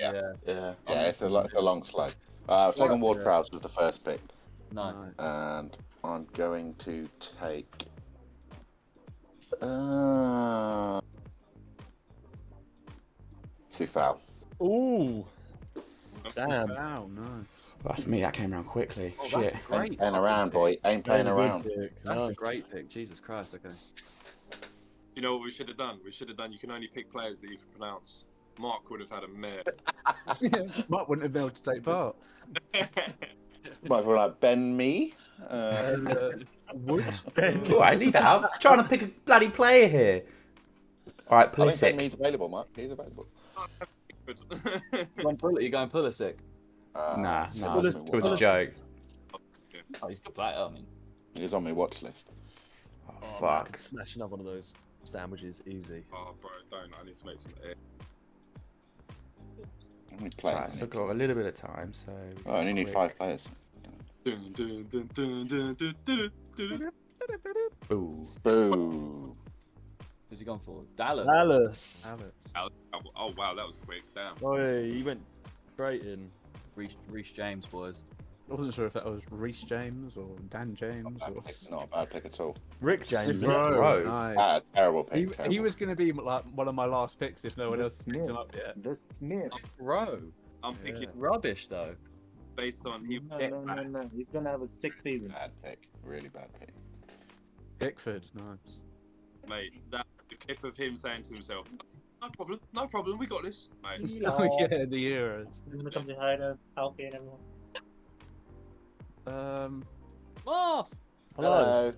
Speaker 3: Yeah.
Speaker 4: yeah.
Speaker 3: yeah, it's a, lo- it's a long slide. Uh, I've taken Ward Prowse as the first pick,
Speaker 1: Nice.
Speaker 3: and I'm going to take. Uh, Sufal.
Speaker 5: Ooh, damn.
Speaker 2: Wow, no. (laughs)
Speaker 4: That's me. That came around quickly.
Speaker 1: Oh,
Speaker 4: Shit.
Speaker 1: that's a great.
Speaker 3: Ain't
Speaker 1: fucking
Speaker 3: around,
Speaker 1: pick.
Speaker 3: boy. Ain't
Speaker 5: That
Speaker 3: playing
Speaker 5: was a good
Speaker 3: around.
Speaker 5: pick.
Speaker 1: That's
Speaker 5: No.
Speaker 1: a great pick. Jesus Christ. Okay.
Speaker 6: (laughs)
Speaker 3: (laughs)
Speaker 6: You know what we should have done? We should have done. You can only pick players that you can pronounce. Mark would have had a mare. (laughs)
Speaker 2: Mark wouldn't have been able to take part.
Speaker 3: Might be like Ben Me. Uh,
Speaker 2: And, (laughs) uh, Wood?
Speaker 4: All right, leave it out. I'm trying to pick a bloody player here. All right,
Speaker 3: I think Ben
Speaker 4: Pulisic.
Speaker 3: Me's available, Mark. He's available.
Speaker 1: You going Pul- you going Pulisic?
Speaker 3: Uh,
Speaker 4: Nah,
Speaker 3: he's
Speaker 4: nah,
Speaker 3: on
Speaker 4: it
Speaker 3: my
Speaker 4: was, it was a
Speaker 3: watch-
Speaker 4: joke.
Speaker 1: Oh, he's a good player. I mean,
Speaker 3: He's on my watch list.
Speaker 4: Oh,
Speaker 5: Oh, man, I
Speaker 4: fuck.
Speaker 5: could smash another one of those sandwiches easy.
Speaker 6: (laughs) oh, bro, don't. I need to make some air.
Speaker 3: How many
Speaker 4: That's
Speaker 3: players? do
Speaker 4: right.
Speaker 3: I
Speaker 4: Still
Speaker 3: need?
Speaker 4: got a little bit of time, so. we
Speaker 3: Oh, I only
Speaker 4: can
Speaker 3: need
Speaker 4: quick-
Speaker 3: five players.
Speaker 6: Dun, dun, dun, dun, dun, dun, dun, dun, dun.
Speaker 4: Ooh.
Speaker 3: Boo.
Speaker 1: who's he gone for? Dallas.
Speaker 5: Alice.
Speaker 2: Alex.
Speaker 6: Oh, oh, wow, that was quick. Damn.
Speaker 5: Oh, he went straight in.
Speaker 1: Reece, Reece James, boys.
Speaker 2: I wasn't sure if that was Reese James or Dan James
Speaker 3: Bad
Speaker 2: or (laughs)
Speaker 3: pick, Not a bad pick at all.
Speaker 5: Rick James.
Speaker 4: Smith Rowe.
Speaker 2: Nice.
Speaker 3: Ah, terrible pick.
Speaker 2: He,
Speaker 3: terrible.
Speaker 2: he was going to be like one of my last picks if no one else has picked him up yet.
Speaker 3: The Smith.
Speaker 1: Bro,
Speaker 6: I'm thinking
Speaker 1: he's rubbish though.
Speaker 6: based on he.
Speaker 7: No, no, no, no. He's gonna have a sick season.
Speaker 3: Bad pick. Really bad pick.
Speaker 2: Pickford, nice.
Speaker 6: Mate, that the clip of him saying to himself, "No problem, no problem, we got this."
Speaker 2: (laughs)
Speaker 6: Mate,
Speaker 2: Oh yeah, the Euros.
Speaker 7: He's gonna come behind him, Alfie and everyone.
Speaker 2: Um,
Speaker 3: Oh!
Speaker 1: Off.
Speaker 5: Hello.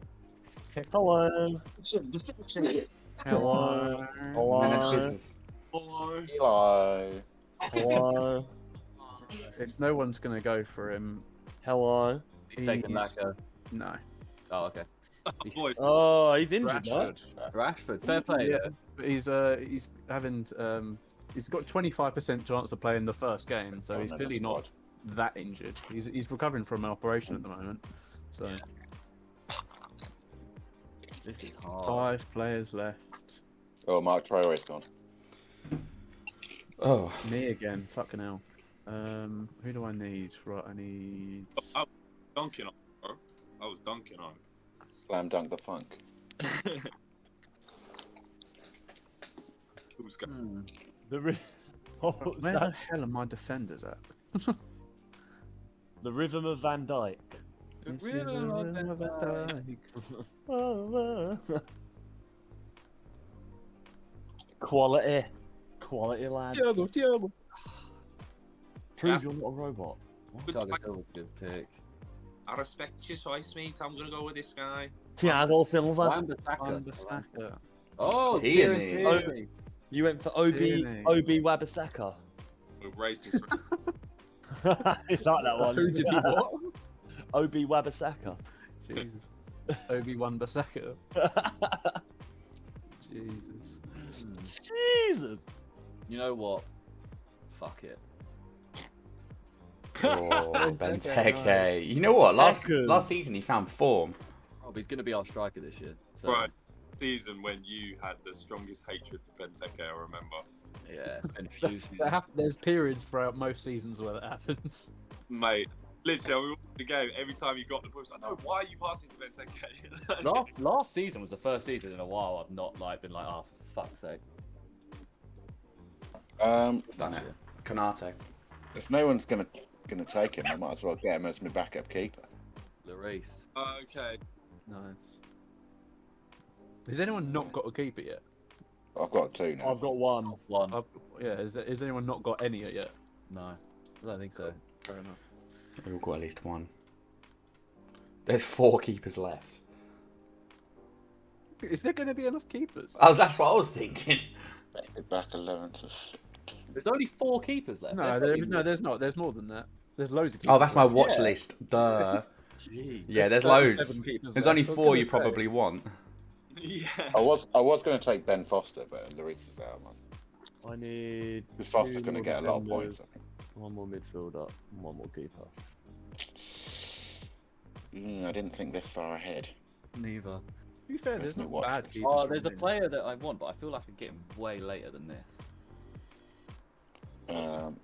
Speaker 5: Hello.
Speaker 2: hello.
Speaker 4: Man of
Speaker 5: Hello.
Speaker 4: business.
Speaker 6: hello.
Speaker 3: Hello.
Speaker 5: Hello.
Speaker 2: If no one's going to go for him,
Speaker 5: Hello.
Speaker 1: He's taking
Speaker 2: He's-
Speaker 1: Laka.
Speaker 2: no.
Speaker 1: Oh, okay. He's-
Speaker 6: Boys.
Speaker 5: Oh, he's injured, no?
Speaker 2: Rashford.
Speaker 1: Rashford, fair play.
Speaker 2: Yeah, but he's uh he's having um he's got 25% chance of playing the first game, so
Speaker 3: Oh,
Speaker 2: he's
Speaker 3: no,
Speaker 2: clearly
Speaker 3: that's
Speaker 2: not that injured. He's he's recovering from an operation at the moment. So
Speaker 1: This is hard.
Speaker 2: five players left.
Speaker 3: Oh, Mark Traore's gone.
Speaker 4: (laughs) Oh,
Speaker 2: Me again. Fucking hell. Um, who do I need? Right, I need.
Speaker 6: I was dunking on, him, bro. I was dunking on.
Speaker 3: Slam dunk the funk.
Speaker 6: him. Who's got?
Speaker 1: Hmm.
Speaker 5: The, ri- (laughs) oh, what's
Speaker 2: Where
Speaker 5: that?
Speaker 2: the hell are my defenders at?
Speaker 5: the rhythm of Van Dyke.
Speaker 2: This is a rhythm of a dyke.
Speaker 5: (laughs) Quality. Quality, lads.
Speaker 2: Thiago, Thiago.
Speaker 5: Prove you're not a robot.
Speaker 1: Thiago Silva's a good pick.
Speaker 6: I respect your choice, mate. I'm gonna go with this guy.
Speaker 5: Thiago Silva.
Speaker 1: Wan-Bissaka.
Speaker 2: (laughs) Wan-Bissaka.
Speaker 1: Oh,
Speaker 4: Tierney.
Speaker 1: Tierney.
Speaker 5: Oh.
Speaker 1: Tierney.
Speaker 5: You went for OB,
Speaker 2: Tierney.
Speaker 5: OB Wabasaka.
Speaker 6: We're racing. (laughs) For...
Speaker 5: (laughs) you like that
Speaker 4: (laughs)
Speaker 5: one? (laughs)
Speaker 2: Who did he what?
Speaker 5: OB Wabasaka.
Speaker 2: Jesus. Obi Wan Bissaka. (laughs) Jesus.
Speaker 5: Jesus.
Speaker 1: Hmm. You know what? Fuck it.
Speaker 4: Oh,
Speaker 5: Benteke.
Speaker 4: Benteke. You know what? Last
Speaker 5: Second.
Speaker 4: last season he found form.
Speaker 1: Oh, but he's gonna be our striker this year. So,
Speaker 6: Right. Season when you had the strongest hatred for Benteke, I remember.
Speaker 1: Yeah, it's been a few seasons.
Speaker 2: That hap- There's periods throughout most seasons where that happens.
Speaker 6: Mate, literally, I was watching the game. Every time you got the push, I know why are you passing to Benteke? (laughs)
Speaker 1: last last season was the first season in a while I've not like been like, oh for fuck's sake.
Speaker 3: Um,
Speaker 1: That's
Speaker 4: Yeah.
Speaker 1: it.
Speaker 4: Canate.
Speaker 3: if no one's gonna gonna take him, I might as well get him as my backup keeper.
Speaker 1: Lloris.
Speaker 6: Uh, okay. (laughs)
Speaker 2: Nice. Has anyone not got a keeper yet?
Speaker 3: I've got two now.
Speaker 5: I've got one.
Speaker 1: One.
Speaker 2: I've, yeah, has, has anyone not got any yet?
Speaker 1: No. I don't think so.
Speaker 2: Fair enough.
Speaker 4: We've all got at least one. There's four keepers left.
Speaker 2: Is there going to be enough keepers?
Speaker 4: I was, Oh, that's what I was thinking.
Speaker 3: Back eleven to.
Speaker 1: There's only four keepers left.
Speaker 2: No,
Speaker 1: There's
Speaker 2: there,
Speaker 1: not even-
Speaker 2: no, there's not. There's more than that. There's loads of keepers.
Speaker 4: Oh, that's my
Speaker 2: left.
Speaker 4: watch list.
Speaker 2: (laughs)
Speaker 4: Duh.
Speaker 1: Jeez.
Speaker 4: Yeah, there's
Speaker 2: 37
Speaker 4: loads.
Speaker 2: keepers
Speaker 4: There's
Speaker 2: left.
Speaker 4: only
Speaker 2: I was
Speaker 4: four
Speaker 2: gonna
Speaker 4: you
Speaker 2: say. (laughs)
Speaker 4: probably want.
Speaker 6: Yeah.
Speaker 3: I was I was gonna take Ben Foster, but Lloris is out. man.
Speaker 5: I need.
Speaker 3: Because Foster's
Speaker 5: two
Speaker 3: gonna
Speaker 5: more
Speaker 3: get a lot of
Speaker 5: defenders,
Speaker 3: points. I think.
Speaker 5: One more midfielder, and one more keeper.
Speaker 3: Mm, I didn't think this far ahead.
Speaker 1: Neither.
Speaker 2: To be fair, there's
Speaker 3: My
Speaker 2: not
Speaker 3: watch
Speaker 2: bad
Speaker 3: list.
Speaker 2: keepers.
Speaker 1: Oh, there's a
Speaker 2: really.
Speaker 1: player that I want, but I feel like I could get him way later than this.
Speaker 3: Um,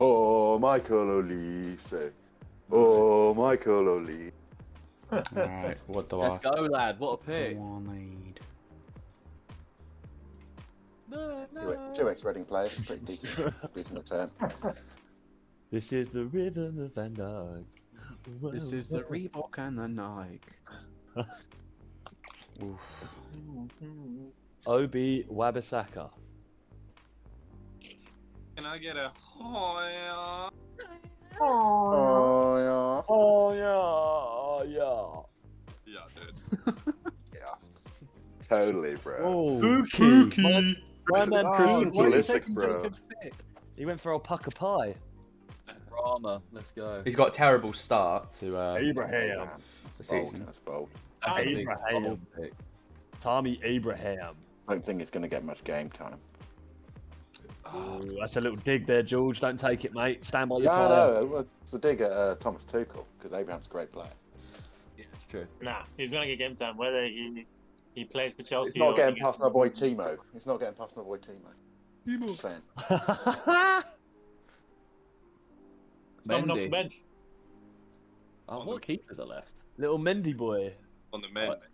Speaker 3: oh, Michael Olise. Oh, Michael Olise.
Speaker 4: Alright, what do
Speaker 1: Let's
Speaker 4: I,
Speaker 1: go, lad. What a pick.
Speaker 4: do I need?
Speaker 1: No,
Speaker 3: Two,
Speaker 1: no.
Speaker 3: two ex-Reading players, pretty decent, decent return.
Speaker 5: This is the rhythm of Van Dyke.
Speaker 2: This is the Reebok and the Nike.
Speaker 4: Oof.
Speaker 7: Hmm,
Speaker 5: Obi Wabasaka.
Speaker 6: Can I get a higher?
Speaker 3: Oh
Speaker 5: Oh yeah, oh yeah.
Speaker 6: Yeah, dude.
Speaker 3: yeah, totally, bro.
Speaker 2: Oh,
Speaker 5: My, my man
Speaker 3: Oh,
Speaker 2: why
Speaker 5: Cookie.
Speaker 2: are you
Speaker 3: realistic,
Speaker 2: taking
Speaker 3: bro.
Speaker 2: Jacob's pick?
Speaker 5: He went for alpaca pie.
Speaker 1: Rama. Let's go.
Speaker 4: He's got a terrible start to uh,
Speaker 5: Abraham.
Speaker 4: the
Speaker 3: Bold,
Speaker 4: season.
Speaker 3: that's bold.
Speaker 1: That's a big
Speaker 5: Abraham.
Speaker 1: bomb pick.
Speaker 5: Tommy Abraham.
Speaker 3: I don't think he's going to get much game time.
Speaker 6: Oh,
Speaker 5: Ooh, that's a little dig there, George. Don't take it, mate. Stand by your
Speaker 3: Yeah, I
Speaker 5: player.
Speaker 3: know. It's a dig at uh, Thomas Tuchel because Abraham's a great player.
Speaker 1: Yeah, it's true.
Speaker 7: Nah, he's gonna get game time. Whether he he plays for Chelsea
Speaker 3: He's not
Speaker 7: or
Speaker 3: getting
Speaker 7: he gets-
Speaker 3: past my boy Timo. He's not getting past my boy Timo. Just saying.
Speaker 7: coming off the
Speaker 1: Mendy.
Speaker 7: bench.
Speaker 1: Oh, what keepers are left?
Speaker 5: (laughs) little Mendy boy.
Speaker 6: on the mend.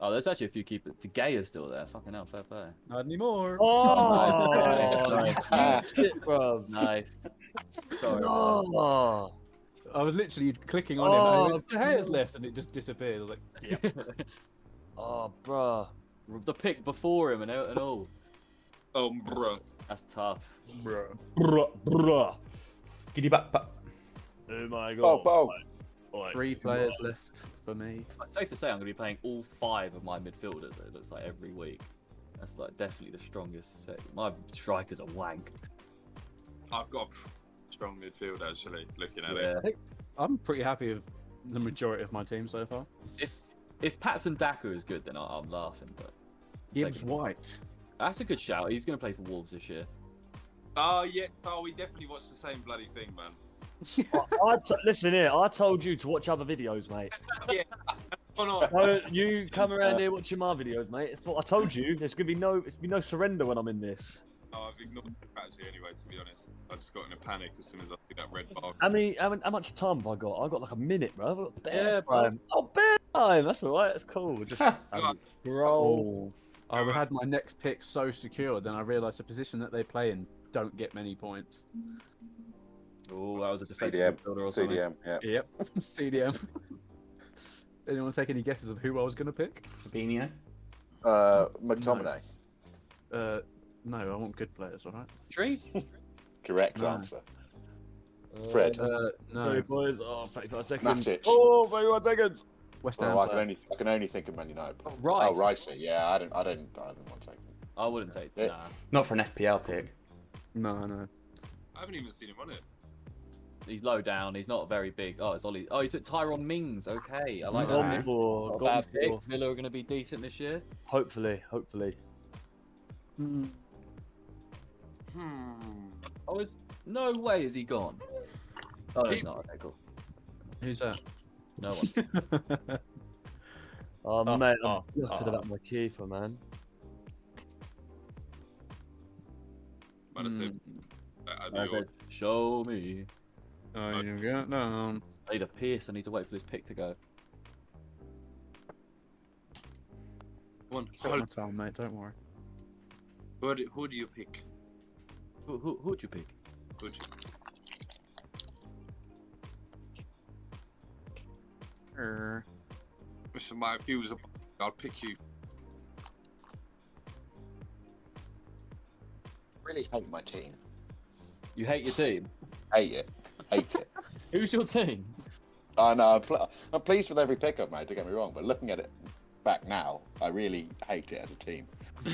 Speaker 1: Oh, there's actually a few keepers. De Gea's still there. Fucking hell, fair play.
Speaker 2: Not anymore.
Speaker 5: (laughs) Oh,
Speaker 1: (laughs)
Speaker 5: that's it, bruv.
Speaker 1: Nice. Sorry. man.
Speaker 5: Oh.
Speaker 2: I was literally clicking on
Speaker 5: Oh,
Speaker 2: him. and it went, De Gea's left, and it just disappeared. I was like,
Speaker 5: Oh, bruh.
Speaker 1: the pick before him and out and all.
Speaker 6: Oh, bruh.
Speaker 1: That's tough.
Speaker 5: Bruh, bruh.
Speaker 4: Skiddy back. back.
Speaker 5: Oh my god.
Speaker 3: Oh, bold.
Speaker 5: Like,
Speaker 2: three players left for me.
Speaker 1: It's safe to say I'm going to be playing all five of my midfielders. It looks like every week. That's like definitely the strongest. Set. My strikers are wank.
Speaker 6: I've got a pr- strong midfield actually. Looking at it.
Speaker 1: Yeah.
Speaker 2: I'm pretty happy with the majority of my team so far.
Speaker 1: If if Patson Daka is good, then I, I'm laughing. But
Speaker 2: Gibbs White.
Speaker 1: that's a good shout. He's going to play for Wolves this year.
Speaker 6: Oh yeah. Oh, we definitely watched the same bloody thing, man.
Speaker 5: I t- listen here. I told you to watch other videos, mate.
Speaker 6: Come
Speaker 5: (laughs)
Speaker 6: on.
Speaker 5: No, you come around here watching my videos, mate. It's what I told you. There's gonna be no, it's be no surrender when I'm in this.
Speaker 6: Oh, I've ignored it actually anyway. To be honest, I just got in a panic as soon as I see that red bar.
Speaker 5: How many? How, many, how much time have I got? I got like a minute, bro. I've got bare
Speaker 2: Yeah, bro.
Speaker 5: time. Oh, bare time. That's all right. That's cool. Just um, roll.
Speaker 3: Oh.
Speaker 2: Oh. I had my next pick so secure, then I realised the position that they play in don't get many points.
Speaker 1: Oh, that was a defensive
Speaker 3: CDM.
Speaker 1: midfielder or something.
Speaker 3: CDM, yeah.
Speaker 2: Yep. (laughs) CDM. Anyone take any guesses of who I was going to pick?
Speaker 4: Fabinho.
Speaker 3: Uh, McTominay.
Speaker 2: Uh, no, I want good players, all right?
Speaker 1: Tree?
Speaker 3: Correct
Speaker 2: No.
Speaker 3: answer.
Speaker 1: Oh,
Speaker 3: Fred.
Speaker 2: Uh,
Speaker 5: Sorry,
Speaker 2: no,
Speaker 5: boys. Oh, 35 seconds.
Speaker 3: Matic.
Speaker 5: Oh, 31 seconds.
Speaker 2: West Ham.
Speaker 3: Oh, I can only I can only think of Man United. players.
Speaker 1: Rice.
Speaker 3: Oh, Rice. Yeah, I don't I don't I don't want to take him.
Speaker 1: I wouldn't take
Speaker 3: Yeah.
Speaker 1: that. Nah.
Speaker 4: Not for an FPL pick.
Speaker 2: No, no.
Speaker 6: I haven't even seen him on it.
Speaker 1: he's low down. He's not very big. Oh, it's Ollie. Oh, he took Tyron Mings. Okay, I like
Speaker 5: Got
Speaker 1: that.
Speaker 4: Alright.
Speaker 5: me for,
Speaker 1: Not a
Speaker 5: got
Speaker 1: bad eh?
Speaker 5: me
Speaker 1: pick.
Speaker 5: for.
Speaker 1: Villa are going to be decent this year.
Speaker 5: Hopefully, hopefully.
Speaker 2: Hmm.
Speaker 1: Oh, is no way is he gone? Oh, no,
Speaker 6: He-
Speaker 1: he's not. Okay, cool.
Speaker 2: Who's that?
Speaker 6: (laughs)
Speaker 1: No one.
Speaker 5: Oh,
Speaker 2: Oh,
Speaker 5: mate, I'm
Speaker 2: oh,
Speaker 5: gutted
Speaker 2: oh.
Speaker 5: about my keeper, man.
Speaker 6: But I said, uh, I, I knew
Speaker 1: Okay,
Speaker 6: your
Speaker 1: Show me.
Speaker 2: Oh, you got no.
Speaker 1: I need a Pierce. I need to wait for this pick to go.
Speaker 6: one.
Speaker 2: It's
Speaker 6: Who,
Speaker 2: my time, mate. Don't worry.
Speaker 6: who, do, who do you pick?
Speaker 1: Who who who'd you pick?
Speaker 6: Who do you,
Speaker 2: Er,
Speaker 6: Mr. Mike, if you was a, I'll pick you.
Speaker 3: Really hate my team.
Speaker 1: You hate your team.
Speaker 3: Hate it. Hate it.
Speaker 1: Who's your team?
Speaker 3: I know. I'm, pl- I'm pleased with every pick I've made. Don't get me wrong, but looking at it back now, I really hate it as a team.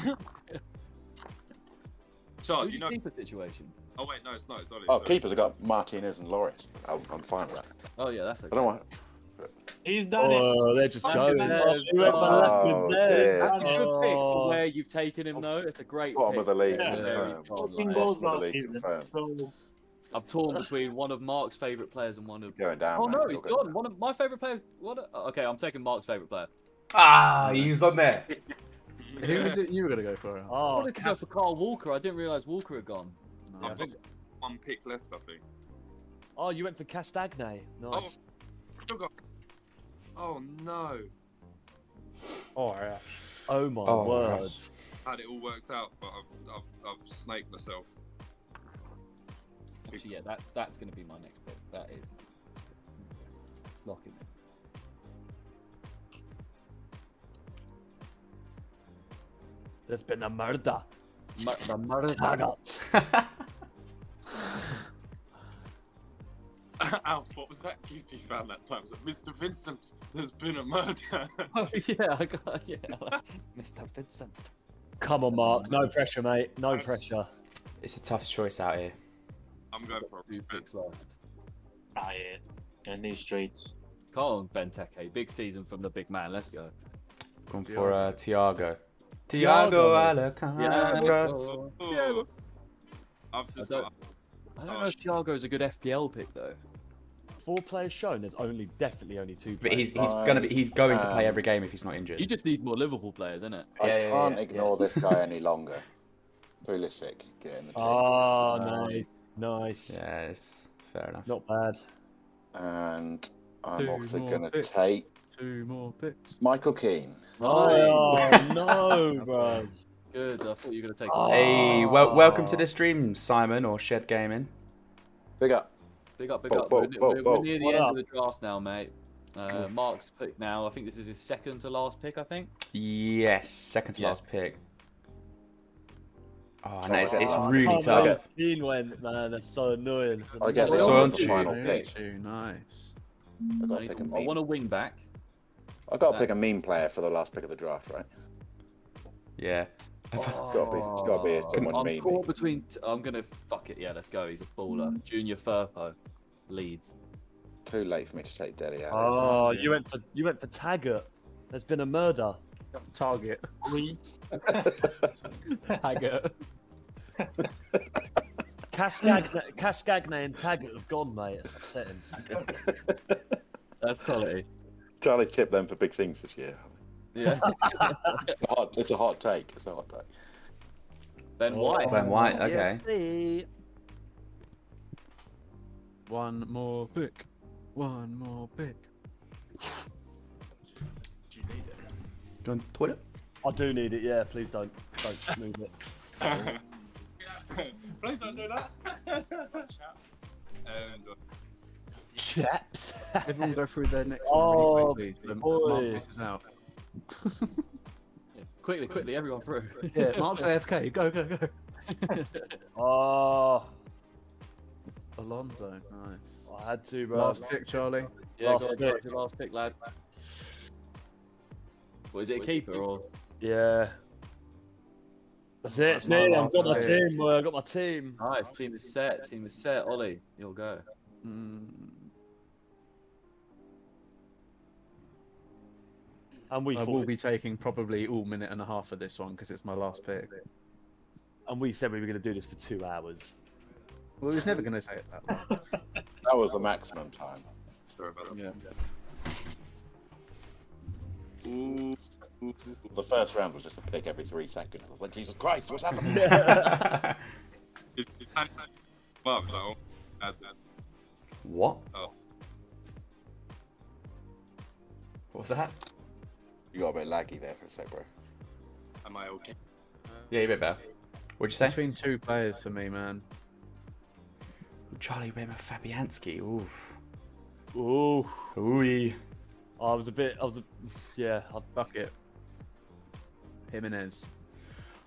Speaker 6: Chard,
Speaker 1: Who's
Speaker 6: Oh, you
Speaker 1: your
Speaker 6: know.
Speaker 1: keeper situation?
Speaker 6: Oh wait, no, it's not. It's Ollie.
Speaker 3: Oh,
Speaker 6: sorry.
Speaker 3: keepers! I got Martinez and Loris. I'm, I'm fine with that.
Speaker 1: Oh yeah, that's okay.
Speaker 3: I don't want.
Speaker 7: He's done
Speaker 3: uh,
Speaker 7: it.
Speaker 5: Oh, they're just
Speaker 1: Fucking
Speaker 5: going.
Speaker 1: hell.
Speaker 5: Oh, whoever left
Speaker 3: Oh,
Speaker 5: it there.
Speaker 3: dear.
Speaker 1: That's a good pick
Speaker 5: Oh.
Speaker 1: for where you've taken him, though. It's a great
Speaker 3: Oh, Bottom
Speaker 1: pick.
Speaker 3: of the league.
Speaker 7: Yeah.
Speaker 3: confirmed.
Speaker 1: Very
Speaker 7: Fucking
Speaker 1: good.
Speaker 7: goals
Speaker 3: Bottom of
Speaker 7: last
Speaker 3: the league.
Speaker 7: season.
Speaker 3: confirmed.
Speaker 7: So,
Speaker 1: I'm torn between one of Mark's favourite players and one of.
Speaker 3: Going down.
Speaker 1: Oh
Speaker 3: mate.
Speaker 1: no, he's
Speaker 3: You're good.
Speaker 1: gone. One of my favourite players. One of... Okay, I'm taking Mark's favourite player.
Speaker 8: Ah, he was on there.
Speaker 2: who is it you were gonna go for? Al?
Speaker 1: I
Speaker 5: Oh,
Speaker 1: wanted to go for Carl Walker. I didn't realise Walker had gone.
Speaker 2: No.
Speaker 6: I've got one pick left, I think.
Speaker 5: oh, you went for Castagne.
Speaker 7: Oh.
Speaker 5: Nice.
Speaker 6: Still got. Oh no!
Speaker 2: Oh, yeah.
Speaker 5: Oh, my
Speaker 4: Oh,
Speaker 5: word.
Speaker 6: Had it all worked out, but I've I've, I've snaked myself.
Speaker 1: Actually, yeah, that's that's going to be my next pick. That is. It's locking it.
Speaker 5: There's been a murder.
Speaker 1: Mu- the (laughs) murder-
Speaker 5: Target.
Speaker 6: (laughs) Alf, what was that gift you found that time? Was it Mr. Vincent? There's been a murder.
Speaker 1: Oh yeah, I got yeah. (laughs) Mr. Vincent.
Speaker 5: Come on, Mark. No pressure, mate. No pressure.
Speaker 4: It's a tough choice out here.
Speaker 6: (laughs) I'm going for a
Speaker 1: Two picks left.
Speaker 7: tired. In these streets.
Speaker 1: Kong Benteke, big season from the big man. Let's go.
Speaker 4: Gone for uh, Tiago.
Speaker 5: Thiago.
Speaker 4: Tiago
Speaker 1: Ah,
Speaker 4: Alcantara.
Speaker 1: Oh.
Speaker 6: Oh. I've just
Speaker 1: I
Speaker 6: got.
Speaker 1: don't- I don't know if Thiago's a good FPL pick though.
Speaker 5: Four players shown. There's only definitely only two.
Speaker 4: But he's he's
Speaker 5: players.
Speaker 4: gonna be he's going to play
Speaker 3: Um,
Speaker 4: every game if he's not injured.
Speaker 1: You just need more Liverpool players, innit?
Speaker 3: I
Speaker 4: Yeah, yeah,
Speaker 3: can't
Speaker 4: yeah,
Speaker 3: ignore
Speaker 4: yeah.
Speaker 3: this guy any longer. Pulisic, get in the
Speaker 1: Oh,
Speaker 3: team.
Speaker 5: Ah, nice, nice.
Speaker 4: Yeah, it's fair enough.
Speaker 5: Not bad.
Speaker 3: and I'm
Speaker 2: Two
Speaker 3: also
Speaker 2: more
Speaker 3: going to
Speaker 2: picks.
Speaker 3: take
Speaker 2: Two more picks.
Speaker 3: Michael Keane.
Speaker 5: Oh
Speaker 7: (laughs)
Speaker 5: no, bro.
Speaker 1: Good. I thought you were gonna take.
Speaker 5: Oh.
Speaker 4: Hey, well, welcome to the stream, Simon or Shed Gaming.
Speaker 3: Big up.
Speaker 1: Big up, big
Speaker 3: Bo-
Speaker 1: up.
Speaker 3: bo-
Speaker 1: we're,
Speaker 3: bo-
Speaker 1: we're-
Speaker 3: bo-
Speaker 1: we're near the
Speaker 5: what
Speaker 1: end
Speaker 5: up?
Speaker 1: of the draft now, mate. Uh,
Speaker 4: Oof.
Speaker 1: Mark's pick now. I think this is his second to last pick. I think.
Speaker 4: Yes, second to
Speaker 1: Yeah.
Speaker 4: last pick. Oh, no, it's, it's
Speaker 5: Oh,
Speaker 4: really
Speaker 5: come
Speaker 4: tough.
Speaker 5: on, Keane went, man. That's so annoying.
Speaker 3: I guess
Speaker 4: So
Speaker 3: Son got the
Speaker 4: untrue.
Speaker 3: final
Speaker 2: Very
Speaker 3: pick.
Speaker 2: Too nice.
Speaker 3: I've got
Speaker 1: I,
Speaker 3: to
Speaker 1: need
Speaker 3: pick
Speaker 1: to-
Speaker 3: a
Speaker 1: I
Speaker 3: meme.
Speaker 1: want a wing back.
Speaker 3: I've got to pick a meme player for the last pick of the draft, right?
Speaker 4: Yeah.
Speaker 3: It's got to be. It's got to be someone
Speaker 1: I'm
Speaker 3: meme.
Speaker 1: caught between. T- I'm gonna fuck it. Yeah, let's go. He's a baller. Junior Furpo, Leeds.
Speaker 3: Too late for me to take Deli out.
Speaker 5: Oh, you went for you went for Taggart. There's been a murder.
Speaker 2: Target. Tagger.
Speaker 5: Cascagne, Cascagne and Taggart have gone, mate. It's upsetting.
Speaker 1: That's quality.
Speaker 3: Charlie tipped them for big things this year.
Speaker 1: Yeah.
Speaker 3: It's a hot, it's a hot take. It's a hot take.
Speaker 5: (laughs)
Speaker 1: ben White.
Speaker 4: Oh, Ben White, okay.
Speaker 5: See?
Speaker 2: One more pick. One more pick.
Speaker 4: Do you want the toilet?
Speaker 5: I do need it. Yeah, please don't don't move
Speaker 2: (laughs)
Speaker 5: it.
Speaker 6: (laughs) Please don't do that. (laughs) and uh,
Speaker 5: Chaps.
Speaker 2: Everyone go through their next
Speaker 5: Oh,
Speaker 2: one really quickly. so
Speaker 5: boy.
Speaker 2: Mark misses out.
Speaker 1: Quickly, quickly, everyone through.
Speaker 2: Yeah, Mark's AFK. Go, go, go.
Speaker 5: (laughs) oh,
Speaker 2: Alonso. Nice.
Speaker 5: I had to, bro.
Speaker 2: Last pick, Charlie.
Speaker 1: Yeah,
Speaker 5: Last
Speaker 1: go on,
Speaker 5: pick.
Speaker 1: George, your last pick, lad. What is it, a keeper or?
Speaker 5: Yeah. That's it. It's
Speaker 2: my
Speaker 5: me. I've
Speaker 2: last
Speaker 5: got my
Speaker 2: pick.
Speaker 5: team. Boy. I've got my team.
Speaker 1: Nice. Team is set. Team is set. Ollie, you'll go. Mm,
Speaker 5: And we
Speaker 2: I
Speaker 5: thought
Speaker 2: will
Speaker 5: it-
Speaker 2: be taking probably all minute and a half for this one because it's my last pick.
Speaker 5: and we said we were going to do this for two hours.
Speaker 2: Well, he's never going to say it that long.
Speaker 5: (laughs)
Speaker 3: That was the maximum time.
Speaker 6: Sorry about that.
Speaker 3: Yeah. Ooh, ooh, ooh. The first round was just a pick every three seconds. I was like, Jesus Christ, what's
Speaker 5: (laughs)
Speaker 3: happening? (laughs)
Speaker 6: Is, is Andy well, it's like, oh, bad, bad.
Speaker 4: What?
Speaker 6: Oh.
Speaker 4: What was that?
Speaker 3: you got a bit laggy there for a sec, bro.
Speaker 6: Am I okay?
Speaker 4: Yeah, you're a bit better. What'd you say?
Speaker 2: Between two players for me, man.
Speaker 4: Charlie Wimmer Fabianski. Oof.
Speaker 5: Ooh,
Speaker 4: Ooh.
Speaker 5: I was a bit. I was, a, yeah. I,
Speaker 2: Fuck it. Jimenez.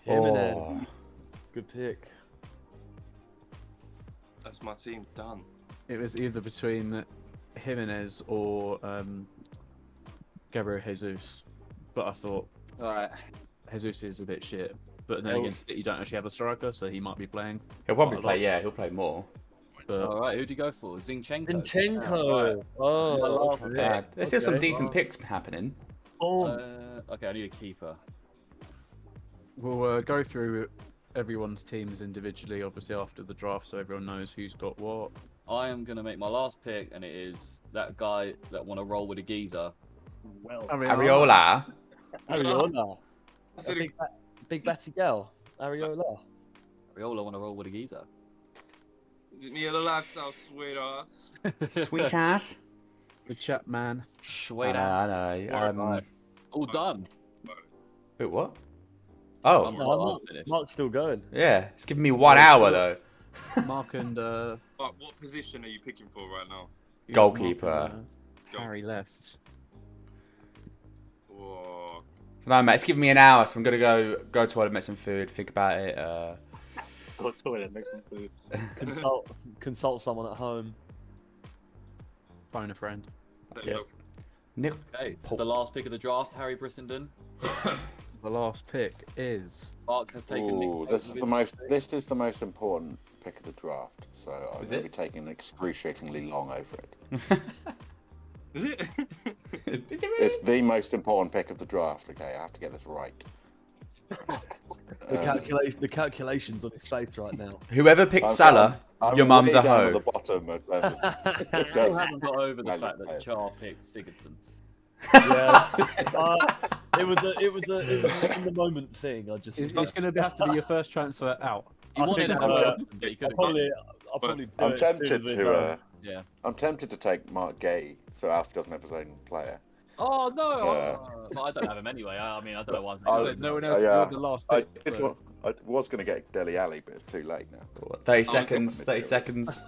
Speaker 4: Oh.
Speaker 5: Jimenez, good pick.
Speaker 6: That's my team done.
Speaker 2: It was either between Jimenez or um, Gabriel Jesus, but I thought
Speaker 1: All right.
Speaker 2: Jesus is a bit shit. But then
Speaker 5: Oh.
Speaker 2: against it, you don't actually have a striker, so he might be playing.
Speaker 4: He'll
Speaker 2: Quite
Speaker 4: probably
Speaker 2: a
Speaker 4: play,
Speaker 2: lot.
Speaker 4: yeah, he'll play more.
Speaker 2: But
Speaker 3: Oh.
Speaker 1: All right. Who do you go for? Zinchenko.
Speaker 5: Zinchenko. Oh,
Speaker 4: Uh, there's still some
Speaker 5: Okay.
Speaker 4: decent picks happening.
Speaker 5: Oh,
Speaker 1: Uh, okay, I need a keeper.
Speaker 2: We'll uh, go through everyone's teams individually, obviously after the draft, so everyone knows who's got what.
Speaker 1: I am gonna make my last pick, and it is that guy that want to roll with a geezer.
Speaker 5: well.
Speaker 4: Ariola.
Speaker 5: Ariola. A
Speaker 6: Considering
Speaker 5: big, ba- big Betty girl. Ariola.
Speaker 1: Riola want to roll with a geezer.
Speaker 6: Is it near the lifestyle, sweetheart?
Speaker 4: (laughs) Sweet ass.
Speaker 2: The chat man.
Speaker 1: Sweet
Speaker 5: Uh,
Speaker 1: ass.
Speaker 4: I know, I know.
Speaker 1: Alright,
Speaker 4: Um,
Speaker 1: alright. All done.
Speaker 4: Wait, what?
Speaker 1: I'm,
Speaker 4: Oh,
Speaker 5: no,
Speaker 1: I'm
Speaker 5: I'm not.
Speaker 1: finished.
Speaker 5: Mark's
Speaker 3: (laughs)
Speaker 5: still going.
Speaker 4: yeah. It's giving me one hour, though.
Speaker 2: Mark and uh,
Speaker 6: But what position are you picking for right now?
Speaker 2: you got Mark
Speaker 4: Goalkeeper.
Speaker 2: and, uh, Harry left.
Speaker 6: Whoa.
Speaker 4: No, mate, it's giving me an hour, so I'm gonna go go to toilet, make some food, think about it. Uh,
Speaker 7: Go to toilet, make some food.
Speaker 5: Consult, consult someone at home.
Speaker 2: Phone a friend.
Speaker 6: That
Speaker 4: Yeah.
Speaker 6: look-
Speaker 4: Nick, (laughs)
Speaker 1: Okay, this is the last pick of the draft. Harry Brissenden.
Speaker 2: The last pick is
Speaker 1: Mark has taken.
Speaker 3: Ooh,
Speaker 1: Nick
Speaker 3: this is
Speaker 1: Pope.
Speaker 3: the most. This is the most important pick of the draft. So I'm
Speaker 4: Is
Speaker 3: going
Speaker 4: it?
Speaker 3: to be taking excruciatingly long over it.
Speaker 6: Is it? (laughs)
Speaker 4: is it really?
Speaker 3: It's the most important pick of the draft. Okay, I have to get this
Speaker 5: (laughs)
Speaker 3: right.
Speaker 5: The,
Speaker 3: Um,
Speaker 5: calculation, the calculations on his face
Speaker 3: (laughs)
Speaker 5: right now.
Speaker 4: Whoever picked
Speaker 3: I'm-
Speaker 4: Salah,
Speaker 3: I'm
Speaker 4: your mum's
Speaker 3: way
Speaker 4: a
Speaker 3: down
Speaker 4: hoe.
Speaker 3: at The bottom. Of,
Speaker 5: (laughs)
Speaker 3: um,
Speaker 1: I still haven't got over the
Speaker 3: Valid
Speaker 1: fact that
Speaker 3: player.
Speaker 1: Char picked Sigurdsson.
Speaker 5: yeah. Uh, it was a, it was a, it was an in the moment thing. I just,
Speaker 2: it's, going to have to be your first transfer out.
Speaker 1: He
Speaker 5: I
Speaker 1: wanted
Speaker 5: think
Speaker 1: to
Speaker 5: so.
Speaker 1: go, but he
Speaker 5: I'll
Speaker 1: couldn't.
Speaker 5: probably, I'll probably do
Speaker 3: I'm
Speaker 5: it as soon
Speaker 3: tempted
Speaker 5: as we're
Speaker 3: to.
Speaker 5: done.
Speaker 3: Uh,
Speaker 1: Yeah.
Speaker 3: I'm tempted to take Mark Gay, so Alf doesn't have his own player.
Speaker 1: Oh no!
Speaker 3: Yeah.
Speaker 1: oh, but I don't have him anyway. I, I mean, I don't know why.
Speaker 3: (laughs) I-
Speaker 1: I
Speaker 2: So
Speaker 1: was
Speaker 2: no one
Speaker 3: I,
Speaker 2: else
Speaker 3: uh,
Speaker 2: got the last
Speaker 3: I,
Speaker 2: pick.
Speaker 3: did
Speaker 2: so-
Speaker 3: want, I was going to get Deli Alley, but it's too late now.
Speaker 4: What, Thirty
Speaker 6: gonna
Speaker 4: seconds.
Speaker 3: admit
Speaker 4: Thirty
Speaker 3: it.
Speaker 4: seconds.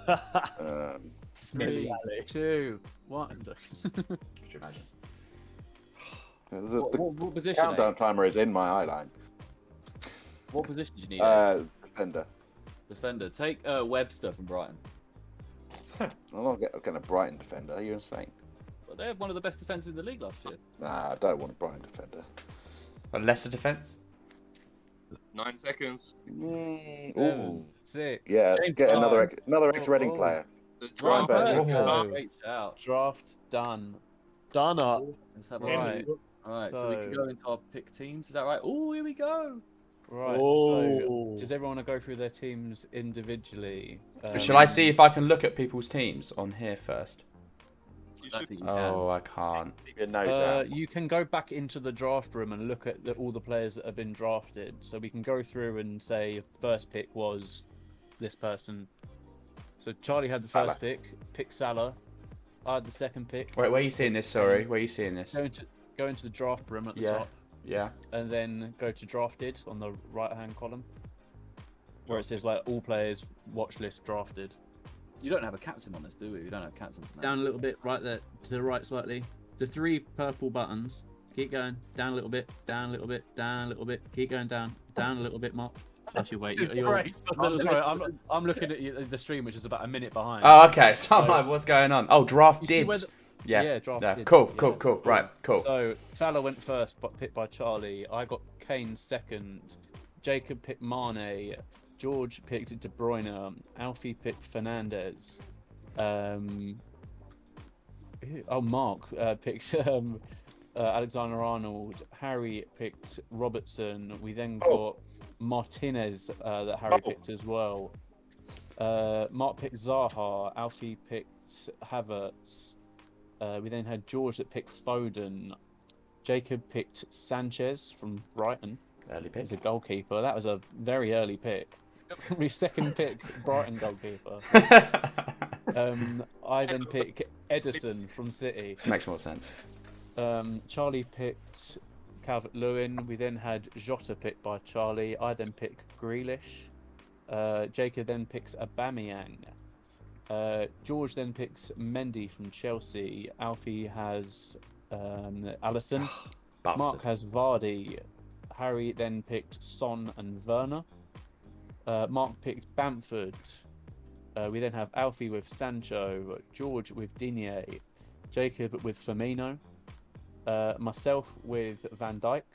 Speaker 3: Um,
Speaker 5: Smelly alley.
Speaker 2: two, one.
Speaker 3: the,
Speaker 1: what,
Speaker 3: the
Speaker 1: what, what position? eh?
Speaker 3: countdown timer is in my eye line.
Speaker 1: What position do you need? eh?
Speaker 3: Uh, defender.
Speaker 1: Defender. Take uh, Webster from Brighton.
Speaker 3: I'm not get- getting a Brighton defender. Are you insane?
Speaker 1: But they have one of the best defenses in the league last year.
Speaker 3: Nah, I don't want a Brighton defender.
Speaker 4: A
Speaker 2: (laughs)
Speaker 4: lesser defense.
Speaker 6: Nine seconds.
Speaker 3: Mm,
Speaker 2: Seven,
Speaker 3: ooh.
Speaker 2: six.
Speaker 3: Yeah,
Speaker 2: James
Speaker 3: get another
Speaker 2: Vardy.
Speaker 3: ex- another ex Reading
Speaker 2: Oh.
Speaker 3: player.
Speaker 6: The
Speaker 3: Right,
Speaker 6: draft.
Speaker 3: back.
Speaker 1: Oh,
Speaker 2: Oh.
Speaker 1: Great shout.
Speaker 2: Draft done.
Speaker 5: Done up.
Speaker 1: Let's have a
Speaker 2: Right.
Speaker 1: look. All right, so, we can
Speaker 2: so-
Speaker 1: go into our pick teams. Is that right? Oh, here we go.
Speaker 2: Right. So
Speaker 5: oh.
Speaker 2: does everyone want to go through their teams individually? Um,
Speaker 4: Shall I see if I can look at people's teams on here first?
Speaker 6: You
Speaker 1: That's
Speaker 6: should-
Speaker 1: it, you
Speaker 4: Oh, I can't.
Speaker 3: Maybe a no
Speaker 2: Uh,
Speaker 3: doubt.
Speaker 2: you can go back into the draft room and look at the, all the players that have been drafted. So we can go through and say first pick was this person. So Charlie had the first
Speaker 3: Salah.
Speaker 2: pick, pick Salah. I had the second pick.
Speaker 4: Wait, where are you seeing this? Sorry, where are you seeing this?
Speaker 2: Go into go into the draft room at the
Speaker 4: Yeah.
Speaker 2: top,
Speaker 4: Yeah.
Speaker 2: and then go to drafted on the right hand column, where it says like all players watch list drafted.
Speaker 1: can. You don't have a captain on this, do we? We don't have captains. now.
Speaker 2: Down a little bit, right there to the right slightly. The three purple buttons. Keep going down a little bit, down a little bit, down a little bit. Keep going down, down a little bit more. That's your weight. I'm sorry, I'm, I'm looking at you- the stream, which is about a minute behind.
Speaker 4: Oh, okay. (laughs) So I'm like, what's going on? Oh, draft
Speaker 2: You see where
Speaker 4: dibs.
Speaker 2: the-
Speaker 4: Yeah.
Speaker 2: yeah, draft
Speaker 4: No,
Speaker 2: dibs,
Speaker 4: Cool,
Speaker 2: yeah.
Speaker 4: cool, cool. Right, cool.
Speaker 2: So Salah went first, but picked by Charlie. I got Kane second. Jacob picked Mane. George picked De Bruyne. Alfie picked Fernandez. Um, who- oh, Mark uh, picked (laughs) um, uh, Alexander Arnold. Harry picked Robertson. We then got
Speaker 3: Oh.
Speaker 2: Martinez uh, that Harry
Speaker 3: Oh.
Speaker 2: picked as well. Uh, Mark picked Zaha. Alfie picked Havertz. Uh, we then had George that picked Foden. Jacob picked Sanchez from Brighton.
Speaker 4: Early
Speaker 2: He's
Speaker 4: picks.
Speaker 2: a goalkeeper. That was a very early pick. (laughs) Probably second pick, Brighton goalkeeper. Um, I then pick Edison from City.
Speaker 4: (laughs) Makes more sense.
Speaker 2: Um, Charlie picked Calvert Lewin. We then had Jota picked by Charlie. I then pick Grealish. Uh, Jacob then picks Abamyang. Uh, George then picks Mendy from Chelsea. Alfie has um, Allison.
Speaker 4: Bastard.
Speaker 2: Mark has Vardy. Harry then picked Son and Werner. Uh, Mark picked Bamford. Uh, we then have Alfie with Sancho, George with Dinier, Jacob with Firmino, uh, myself with Van Dyke,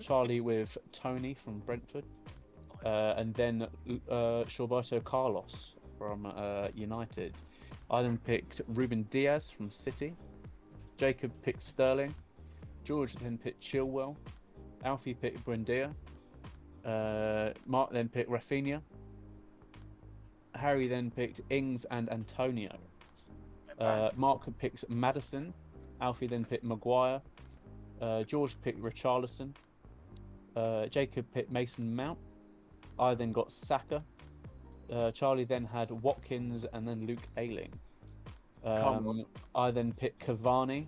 Speaker 2: Charlie with Tony from Brentford, uh, and then uh, Shorberto Carlos from uh, United. I then picked Ruben Diaz from City. Jacob picked Sterling. George then picked Chilwell. Alfie picked Brendia. Uh, Mark then picked Rafinha. Harry then picked Ings and Antonio. Uh, Mark picked Madison. Alfie then picked Maguire. Uh, George picked Richarlison. Uh, Jacob picked Mason Mount. I then got Saka. Uh, Charlie then had Watkins and then Luke Ayling. Um, I then picked Cavani.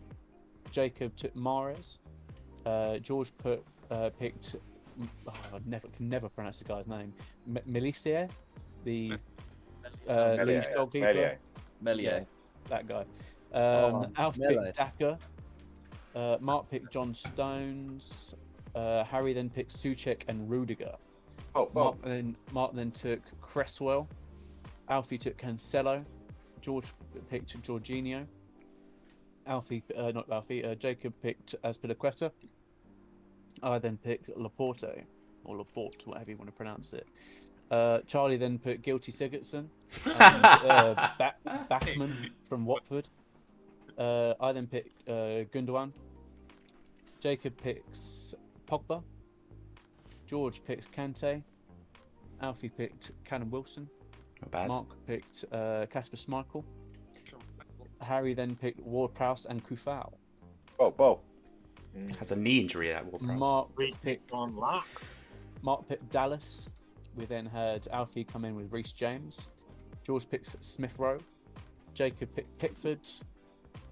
Speaker 2: Jacob took Mares. Uh, George put uh, picked. Oh, I never can never pronounce the guy's name. M- Milicia, the uh,
Speaker 4: Melia,
Speaker 2: Leeds
Speaker 4: yeah.
Speaker 2: goalkeeper.
Speaker 4: Melia.
Speaker 1: Melier.
Speaker 2: That guy. Um,
Speaker 5: Oh,
Speaker 2: Alf
Speaker 5: Mele.
Speaker 2: picked Daka. Uh, Mark picked John Stones. Uh, Harry then picked Suchek and Rudiger.
Speaker 3: Oh,
Speaker 2: Mark then Mark then took Cresswell. Alfie took Cancelo. George picked Jorginho. Alfie, uh, not Alfie. Uh, Jacob picked Aspilicueta. I then picked Laporte, or Laporte, whatever you want to pronounce it. Uh, Charlie then put Guilty Sigurdsson and uh, ba- Backman from Watford. Uh, I then pick uh, Gundogan. Jacob picks Pogba. George picks Kante. Alfie picked Cannon Wilson.
Speaker 4: Not bad.
Speaker 2: Mark picked uh, Casper Schmeichel. Harry then picked Ward Prowse and Kufal.
Speaker 3: Bo, Bo.
Speaker 4: Has a knee injury at Ward Prowse.
Speaker 2: Mark
Speaker 7: We
Speaker 2: picked
Speaker 7: picked on luck.
Speaker 2: Mark picked Dallas. We then heard Alfie come in with Reece James. George picks Smith Rowe. Jacob picked Pickford.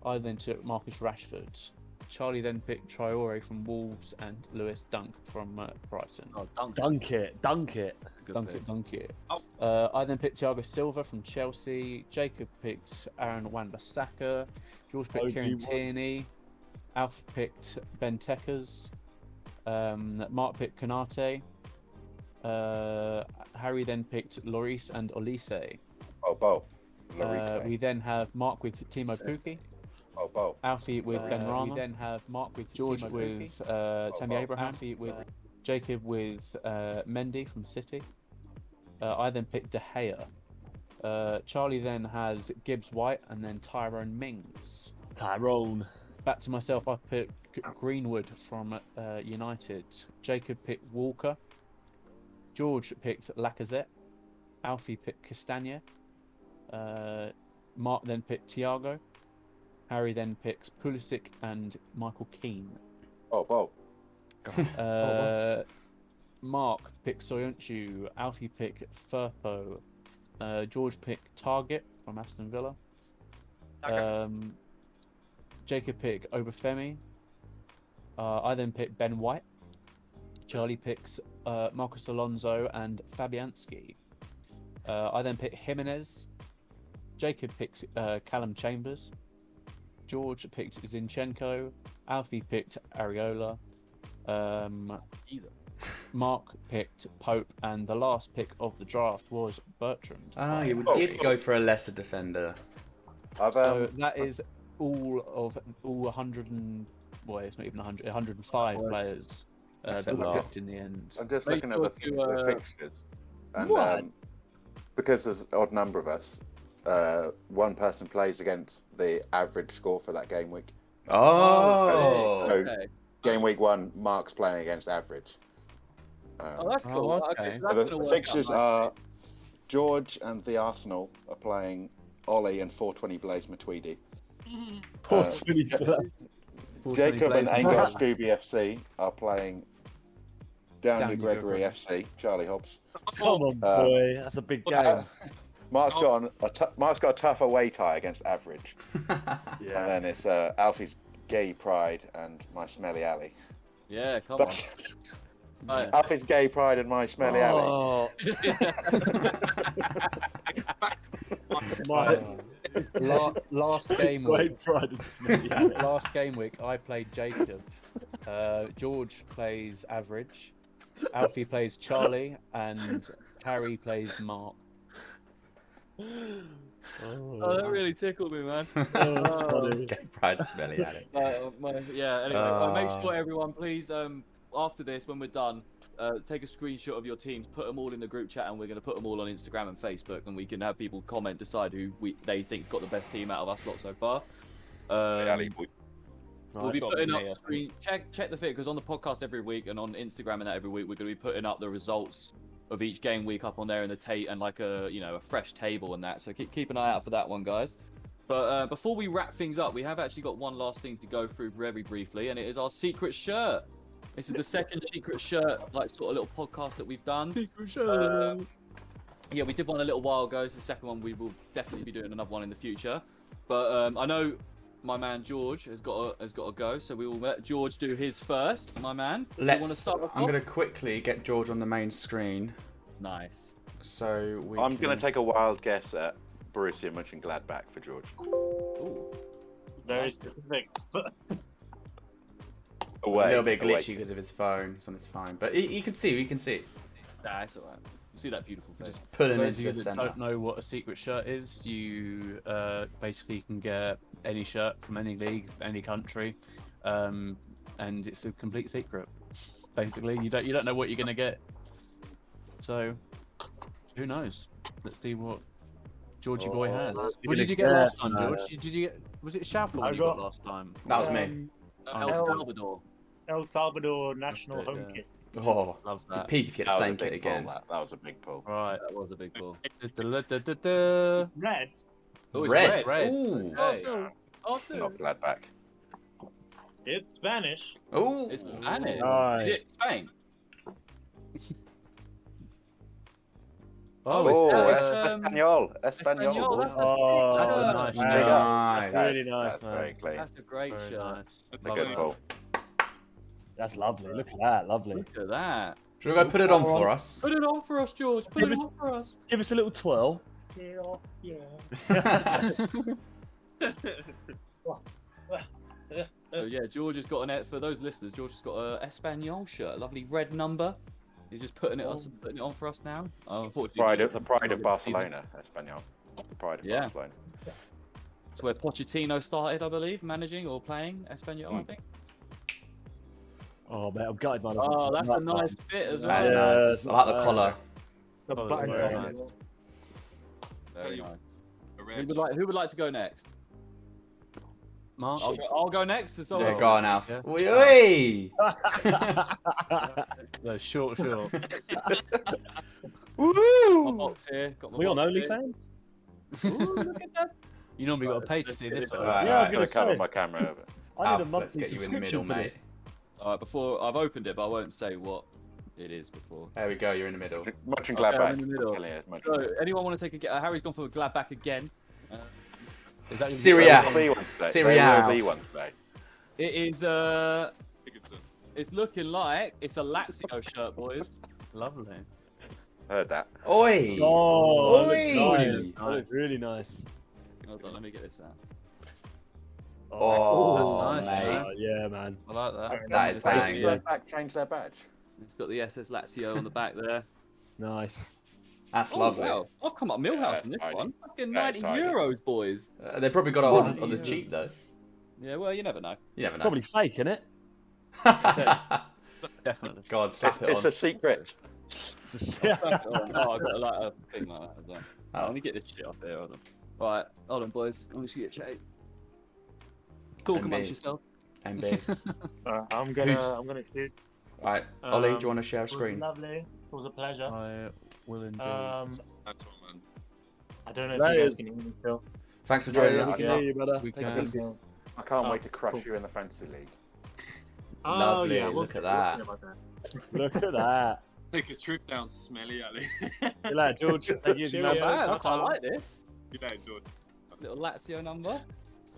Speaker 2: I then took Marcus Rashford. Charlie then picked Traore from Wolves and Lewis Dunk from uh, Brighton.
Speaker 1: Oh, dunk,
Speaker 5: Dunk it, dunk it.
Speaker 1: Good
Speaker 2: Dunk
Speaker 1: pick.
Speaker 2: it, dunk it.
Speaker 6: Oh.
Speaker 2: Uh, I then picked Thiago Silva from Chelsea. Jacob picked Aaron Wan-Bissaka. George picked
Speaker 5: Oh, you
Speaker 2: Kieran
Speaker 5: wa-
Speaker 2: Tierney. Alf picked Ben Tekkers. Um, Mark picked Kanate. Uh, Harry then picked Lloris and Olise.
Speaker 3: Bo, Bo.
Speaker 2: Uh,
Speaker 3: Larissa.
Speaker 2: we then have Mark with Timo Pukki.
Speaker 3: Bo, Bo.
Speaker 2: Alfie with Ben
Speaker 4: Uh,
Speaker 2: Rama. We then have Mark with George
Speaker 4: Timo
Speaker 2: with uh, Tammy
Speaker 3: wow.
Speaker 2: Abraham. Alfie with Jacob with uh, Mendy from City. Uh, I then picked De Gea. Uh, Charlie then has Gibbs White and then Tyrone Mings.
Speaker 5: Tyrone.
Speaker 3: Uh,
Speaker 2: Back to myself, I picked Greenwood from uh, United. Jacob picked Walker. George picked Lacazette. Alfie picked Castagna. Uh, Mark then picked Thiago. Harry then picks Pulisic and Michael Keane.
Speaker 3: Bo, Bo.
Speaker 2: Uh, Mark picked Soyuncu. Alfie picked Furpo. Uh, George picked Target from Aston Villa. Um, Jacob picked Obafemi. Uh, I then picked Ben White. Charlie picks uh, Marcus Alonso and Fabianski. Uh, I then picked Jimenez. Jacob picked uh, Callum Chambers. George picked Zinchenko. Alfie picked Areola. Um, Mark picked Pope, and the last pick of the draft was Bertrand.
Speaker 4: Ah, you
Speaker 3: Oh.
Speaker 4: did go for a lesser defender.
Speaker 3: I've,
Speaker 2: So
Speaker 3: um,
Speaker 2: that is all of all 100 and well, it's not even 100, 105 players uh,
Speaker 4: That's
Speaker 2: that
Speaker 4: a
Speaker 2: were
Speaker 4: lot.
Speaker 2: picked in the end.
Speaker 3: I'm just
Speaker 1: Make
Speaker 3: looking
Speaker 1: sure
Speaker 3: over
Speaker 1: to,
Speaker 3: the
Speaker 1: uh,
Speaker 3: fixtures. And,
Speaker 5: What?
Speaker 3: Um, because there's an odd number of us, uh, one person plays against the average score for that game week.
Speaker 4: Oh,
Speaker 3: okay.
Speaker 1: Okay.
Speaker 3: Game week one, Mark's playing against average. Um,
Speaker 1: Oh, that's
Speaker 2: Oh,
Speaker 1: cool. okay.
Speaker 2: okay.
Speaker 1: so that's
Speaker 3: so the-
Speaker 1: gonna
Speaker 3: the
Speaker 1: work out
Speaker 3: fixtures
Speaker 1: nicely.
Speaker 3: are George and the Arsenal are playing Ollie and 420 Blaze Matweedy.
Speaker 5: Poor
Speaker 3: Uh,
Speaker 5: Sweeney Black.
Speaker 2: Fortunately,
Speaker 3: Jacob and
Speaker 2: Blaze-
Speaker 3: Angle Scooby FC are playing Downey
Speaker 2: Downey
Speaker 3: Gregory
Speaker 2: Gregory.
Speaker 3: FC, Charlie Hobbs.
Speaker 5: Come on,
Speaker 3: Uh,
Speaker 5: boy. That's a big
Speaker 6: what's
Speaker 5: game.
Speaker 3: Mark's
Speaker 6: Oh.
Speaker 3: got, an, a t- Mark's got a tough away tie against average. And then it's uh, Alfie's Gay Pride and My Smelly Alley.
Speaker 1: Yeah, come on.
Speaker 3: But
Speaker 1: Right.
Speaker 3: (laughs) Alfie's Gay Pride and My Smelly Alley.
Speaker 5: Oh,
Speaker 4: (laughs)
Speaker 5: my
Speaker 2: La- last
Speaker 5: (laughs)
Speaker 2: game week,
Speaker 5: great pride in Smelly Alley.
Speaker 2: last game week, I played Jacob. Uh, George plays average. Alfie plays Charlie, and Harry plays Mark.
Speaker 1: Oh, that
Speaker 5: Oh,
Speaker 1: really tickled me, man.
Speaker 3: (laughs)
Speaker 5: that's
Speaker 4: (laughs)
Speaker 5: funny.
Speaker 4: okay, Brad smelly at it.
Speaker 1: (laughs) Uh, my, yeah. Anyway, well, make
Speaker 4: Uh.
Speaker 1: sure everyone, please, um, after this, when we're done, uh, take a screenshot of your teams, put them all in the group chat, and we're gonna put them all on Instagram and Facebook, and we can have people comment, decide who we they think's got the best team out of us lot so far.
Speaker 3: Smelly
Speaker 1: Um,
Speaker 3: Alley, boy.
Speaker 1: We'll be
Speaker 2: Right.
Speaker 1: putting
Speaker 2: Yeah.
Speaker 1: up screen check check the fit because on the podcast every week and on Instagram and that every week we're going to be putting up the results of each game week up on there in the Tate and like a you know a fresh table and that. So keep keep an eye out for that one, guys. But uh, before we wrap things up, we have actually got one last thing to go through very briefly, and it is our secret shirt. This is the second secret shirt, like sort of little podcast that we've done. Secret shirt. yeah, we did one a little while ago. It's the second one. We will definitely be doing another one in the future. But um, I know my man George has got a, has got to go, so we will let George do his first. My man, Do you want to
Speaker 4: Let's.
Speaker 1: start? With
Speaker 4: I'm going to quickly get George on the main screen.
Speaker 1: Nice.
Speaker 4: So we.
Speaker 3: I'm going
Speaker 4: can-
Speaker 3: to take a wild guess at Borussia Mönchengladbach for George.
Speaker 7: Very specific.
Speaker 3: Away.
Speaker 4: a little bit
Speaker 3: away.
Speaker 4: glitchy because of his phone. It's on his phone, but you, you can see. You can see. it.
Speaker 1: Nah, it's alright. You see that beautiful face.
Speaker 4: Just pull him
Speaker 2: For those
Speaker 4: into
Speaker 2: of you
Speaker 4: the
Speaker 2: that
Speaker 4: centre.
Speaker 2: don't know what a secret shirt is, you uh, basically can get any shirt from any league, any country, um, and it's a complete secret. Basically, you don't you don't know what you're gonna get. So, who knows? Let's see what Georgie boy
Speaker 5: Oh,
Speaker 2: has.
Speaker 5: that's
Speaker 2: What
Speaker 5: gonna
Speaker 2: did you get
Speaker 5: get-
Speaker 2: last time,
Speaker 5: no.
Speaker 2: George? Did you get? Was it Shafflin
Speaker 7: I
Speaker 2: you got
Speaker 7: got-
Speaker 2: last time?
Speaker 4: That was me.
Speaker 7: Um,
Speaker 1: El
Speaker 7: Oh.
Speaker 1: Salvador.
Speaker 7: El Salvador national
Speaker 2: it,
Speaker 7: home
Speaker 2: yeah.
Speaker 7: kit.
Speaker 4: Oh,
Speaker 2: Love
Speaker 4: you
Speaker 2: that.
Speaker 4: peak if you get
Speaker 3: Uh, That was
Speaker 4: the
Speaker 3: a
Speaker 4: same
Speaker 3: big
Speaker 4: kit again.
Speaker 3: Pull, that. that was a big
Speaker 5: Oh,
Speaker 3: pull.
Speaker 2: Right.
Speaker 1: That was a big ball.
Speaker 2: Da-da-da-da-da.
Speaker 7: Red.
Speaker 1: Oh, it's
Speaker 4: red.
Speaker 1: red.
Speaker 2: Red.
Speaker 4: Ooh.
Speaker 2: Hey.
Speaker 3: Not Gladbach.
Speaker 7: It's Spanish.
Speaker 4: Ooh.
Speaker 1: It's Spanish.
Speaker 5: Nice.
Speaker 1: Is it (laughs) Spain?
Speaker 2: Oh,
Speaker 1: it's,
Speaker 3: oh,
Speaker 1: uh,
Speaker 3: es-
Speaker 1: it's, um,
Speaker 3: Espanol. Espanol.
Speaker 1: Espanol, that's a
Speaker 5: Oh,
Speaker 1: sick shirt.
Speaker 2: that's nice.
Speaker 5: man.
Speaker 3: There you go.
Speaker 4: Nice.
Speaker 5: That's really nice,
Speaker 3: That's
Speaker 5: man.
Speaker 3: very clean.
Speaker 1: That's a great
Speaker 2: Very
Speaker 1: shirt.
Speaker 2: nice.
Speaker 6: Look
Speaker 2: Love
Speaker 6: at
Speaker 2: that.
Speaker 3: Good pull.
Speaker 5: That's lovely. Look at that. Lovely.
Speaker 1: Look at that.
Speaker 4: Should I put it on for (laughs) us?
Speaker 1: Put it on for us, George. Put
Speaker 5: Give
Speaker 1: it
Speaker 5: us-
Speaker 1: on for us.
Speaker 5: Give us a little twirl.
Speaker 7: Yeah, yeah.
Speaker 1: So yeah, George has got an for those listeners. George has got a Espanol shirt, a lovely red number. He's just putting it us, putting it on for us now. Oh, unfortunately,
Speaker 3: Pride of, the pride of
Speaker 1: Yeah.
Speaker 3: Barcelona. Espanol. The pride of
Speaker 1: Yeah.
Speaker 3: Barcelona.
Speaker 1: It's where Pochettino started, I believe, managing or playing Espanol.
Speaker 3: Hmm.
Speaker 1: I think.
Speaker 5: Oh, mate, I'm gutted, man. I
Speaker 1: Oh,
Speaker 5: didn't
Speaker 1: that's
Speaker 5: like
Speaker 1: a
Speaker 5: that.
Speaker 1: nice fit as
Speaker 4: Very
Speaker 1: well.
Speaker 5: Yeah.
Speaker 4: nice. I like the
Speaker 5: Uh,
Speaker 4: collar.
Speaker 5: The
Speaker 2: Oh,
Speaker 5: button
Speaker 2: very
Speaker 5: down.
Speaker 2: nice.
Speaker 1: Very
Speaker 6: Tell you-
Speaker 1: nice.
Speaker 6: A
Speaker 1: Who
Speaker 6: red.
Speaker 1: would like? Who would like to go next?
Speaker 2: Mark.
Speaker 1: I'll, go- I'll go next. It's all
Speaker 4: Yeah,
Speaker 1: right.
Speaker 4: go on, Alf.
Speaker 2: Yeah.
Speaker 4: Oi, oi.
Speaker 2: No, short, short.
Speaker 1: Got my box here. Got my
Speaker 5: (laughs) we on
Speaker 1: box here.
Speaker 5: OnlyFans?
Speaker 1: Ooh, look at that.
Speaker 2: You normally got to pay to see this.
Speaker 4: Right,
Speaker 2: Right.
Speaker 5: Yeah, I
Speaker 4: right.
Speaker 5: was gonna
Speaker 3: going to cover
Speaker 5: say.
Speaker 3: my
Speaker 4: (laughs)
Speaker 3: camera over.
Speaker 5: I need a
Speaker 4: Alf, let's
Speaker 5: monthly
Speaker 4: get you in the middle,
Speaker 5: subscription for
Speaker 4: mate.
Speaker 5: this.
Speaker 1: All right, before I've opened it, but I won't say what it is before.
Speaker 4: There we go. You're in the middle.
Speaker 3: Mönchengladbach.
Speaker 1: Okay, I'm
Speaker 3: Gladbach.
Speaker 1: in the middle. So, anyone want to take a get? Uh, Harry's gone for a glad back again.
Speaker 2: Is that
Speaker 4: Syria.
Speaker 3: They will be one today.
Speaker 4: Serie A.
Speaker 3: They will be one today.
Speaker 1: It is. Uh,
Speaker 6: Higginson.
Speaker 1: it's looking like it's a Lazio shirt, boys.
Speaker 2: Lovely.
Speaker 3: Heard that.
Speaker 4: Oi.
Speaker 5: Oh, that
Speaker 4: Oi.
Speaker 5: looks nice. That looks really nice.
Speaker 1: Hold on, let me get this out.
Speaker 4: Oh,
Speaker 2: that's nice,
Speaker 4: mate.
Speaker 2: man.
Speaker 5: Oh, yeah, man.
Speaker 1: I like that.
Speaker 4: That is
Speaker 3: They
Speaker 4: bang.
Speaker 5: Basically- Yeah.
Speaker 3: Gladbach changed their badge.
Speaker 1: It's got the SS Lazio on the back there.
Speaker 5: Nice.
Speaker 4: That's
Speaker 1: Oh,
Speaker 4: lovely.
Speaker 1: wow. I've come up Millhouse
Speaker 3: Yeah,
Speaker 1: in this
Speaker 3: tidy.
Speaker 1: one. Fucking
Speaker 3: That
Speaker 1: 90
Speaker 3: is tidy.
Speaker 1: euros, boys.
Speaker 4: Uh, they probably got it on, on the cheap though.
Speaker 1: Yeah, well, you never know.
Speaker 4: You never know. (laughs)
Speaker 5: Probably fake, innit?
Speaker 1: (laughs)
Speaker 2: Definitely.
Speaker 4: God, slap it
Speaker 3: It's
Speaker 4: on.
Speaker 3: a secret.
Speaker 5: It's a-
Speaker 1: oh, I've got like, a thing like that as well.
Speaker 4: Oh.
Speaker 1: Let me get this shit off here. Hold on. Right, hold on, boys. I'm just gonna get checked. Talk
Speaker 4: And
Speaker 1: amongst
Speaker 4: me.
Speaker 1: yourself.
Speaker 5: (laughs)
Speaker 4: MB.
Speaker 7: Uh, I'm gonna,
Speaker 4: Who's-
Speaker 7: I'm gonna. Shoot.
Speaker 4: Alright, Ollie, do
Speaker 7: Um,
Speaker 4: you want to share a
Speaker 7: It was
Speaker 4: screen? Oh,
Speaker 7: lovely. It was a pleasure.
Speaker 2: I will indeed.
Speaker 7: Um,
Speaker 6: That's all, man.
Speaker 7: I don't know if
Speaker 5: That
Speaker 7: you guys
Speaker 5: is-
Speaker 7: can hear me still.
Speaker 4: Thanks for
Speaker 5: Yeah,
Speaker 4: joining
Speaker 5: yeah, we
Speaker 4: us.
Speaker 5: can hear you, brother.
Speaker 2: We
Speaker 5: Take
Speaker 2: can.
Speaker 5: it easy.
Speaker 3: I can't
Speaker 7: Oh,
Speaker 3: wait to crush
Speaker 7: cool.
Speaker 3: you in the fantasy league.
Speaker 4: Lovely,
Speaker 7: Oh, yeah, we'll
Speaker 4: look
Speaker 7: see-
Speaker 4: at
Speaker 7: we'll
Speaker 4: that.
Speaker 7: see about that.
Speaker 5: Look at that.
Speaker 6: Take a trip down Smelly Alley. (laughs)
Speaker 5: Good lad, George. Thank you.
Speaker 1: Not bad. I
Speaker 5: Cheerio.
Speaker 1: quite like this.
Speaker 6: you know, George.
Speaker 1: Little Lazio number.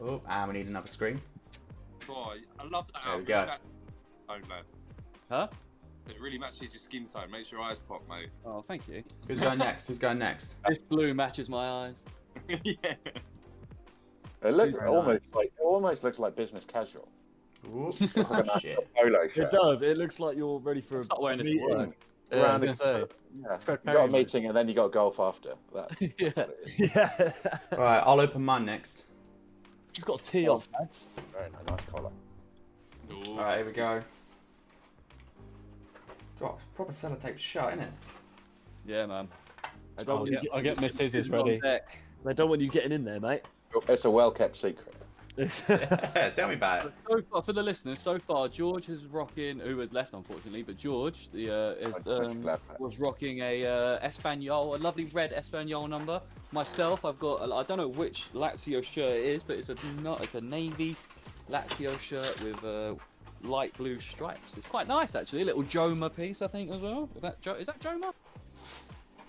Speaker 4: Oh, and we need another screen.
Speaker 6: Boy, I love that.
Speaker 4: There we
Speaker 6: album.
Speaker 4: go.
Speaker 6: That- Oh, lad.
Speaker 1: Huh?
Speaker 6: It really matches your skin tone. Makes your eyes pop, mate. (laughs)
Speaker 1: Oh, thank you.
Speaker 4: Who's going next? Who's going
Speaker 5: (laughs)
Speaker 4: next?
Speaker 1: This blue matches my eyes.
Speaker 6: yeah.
Speaker 3: It looks
Speaker 1: Very
Speaker 3: almost like it almost looks like business casual.
Speaker 4: Ooh, oh, shit.
Speaker 3: Polo
Speaker 5: It
Speaker 3: shirt.
Speaker 5: does. It looks like you're ready for a
Speaker 1: Stop wearing this to
Speaker 5: meeting.
Speaker 1: work.
Speaker 2: yeah, I was
Speaker 3: round
Speaker 2: gonna say,
Speaker 3: Yeah.
Speaker 2: Fred
Speaker 3: You got a
Speaker 2: Perry's
Speaker 3: meeting and then you got golf after. That.
Speaker 1: yeah.
Speaker 5: Yeah.
Speaker 4: Alright, I'll open mine next.
Speaker 5: She's got a tee off, lads.
Speaker 3: Very nice, nice collar.
Speaker 6: Ooh.
Speaker 4: Alright, here we go. God, proper sellotape shut, innit?
Speaker 1: Yeah, man.
Speaker 5: I
Speaker 2: Oh, I'll
Speaker 5: don't
Speaker 2: get, I'll get my scissors
Speaker 1: Wrong
Speaker 2: ready.
Speaker 1: deck.
Speaker 5: They don't want you getting in there, mate.
Speaker 3: Oh, It's a well kept secret.
Speaker 4: it? (laughs) Tell me about it.
Speaker 1: So far, for the listeners, so far George is rocking. Who has left, unfortunately, but George the uh, is
Speaker 3: I'm
Speaker 1: um,
Speaker 3: glad for it.
Speaker 1: was rocking a uh, Espanol, a lovely red Espanol number. Myself, I've got, I don't know which Lazio shirt it is, but it's a not like a navy Lazio shirt with uh, light blue stripes. It's quite nice actually. A little Joma piece, I think, as well. Is that, jo- is that Joma?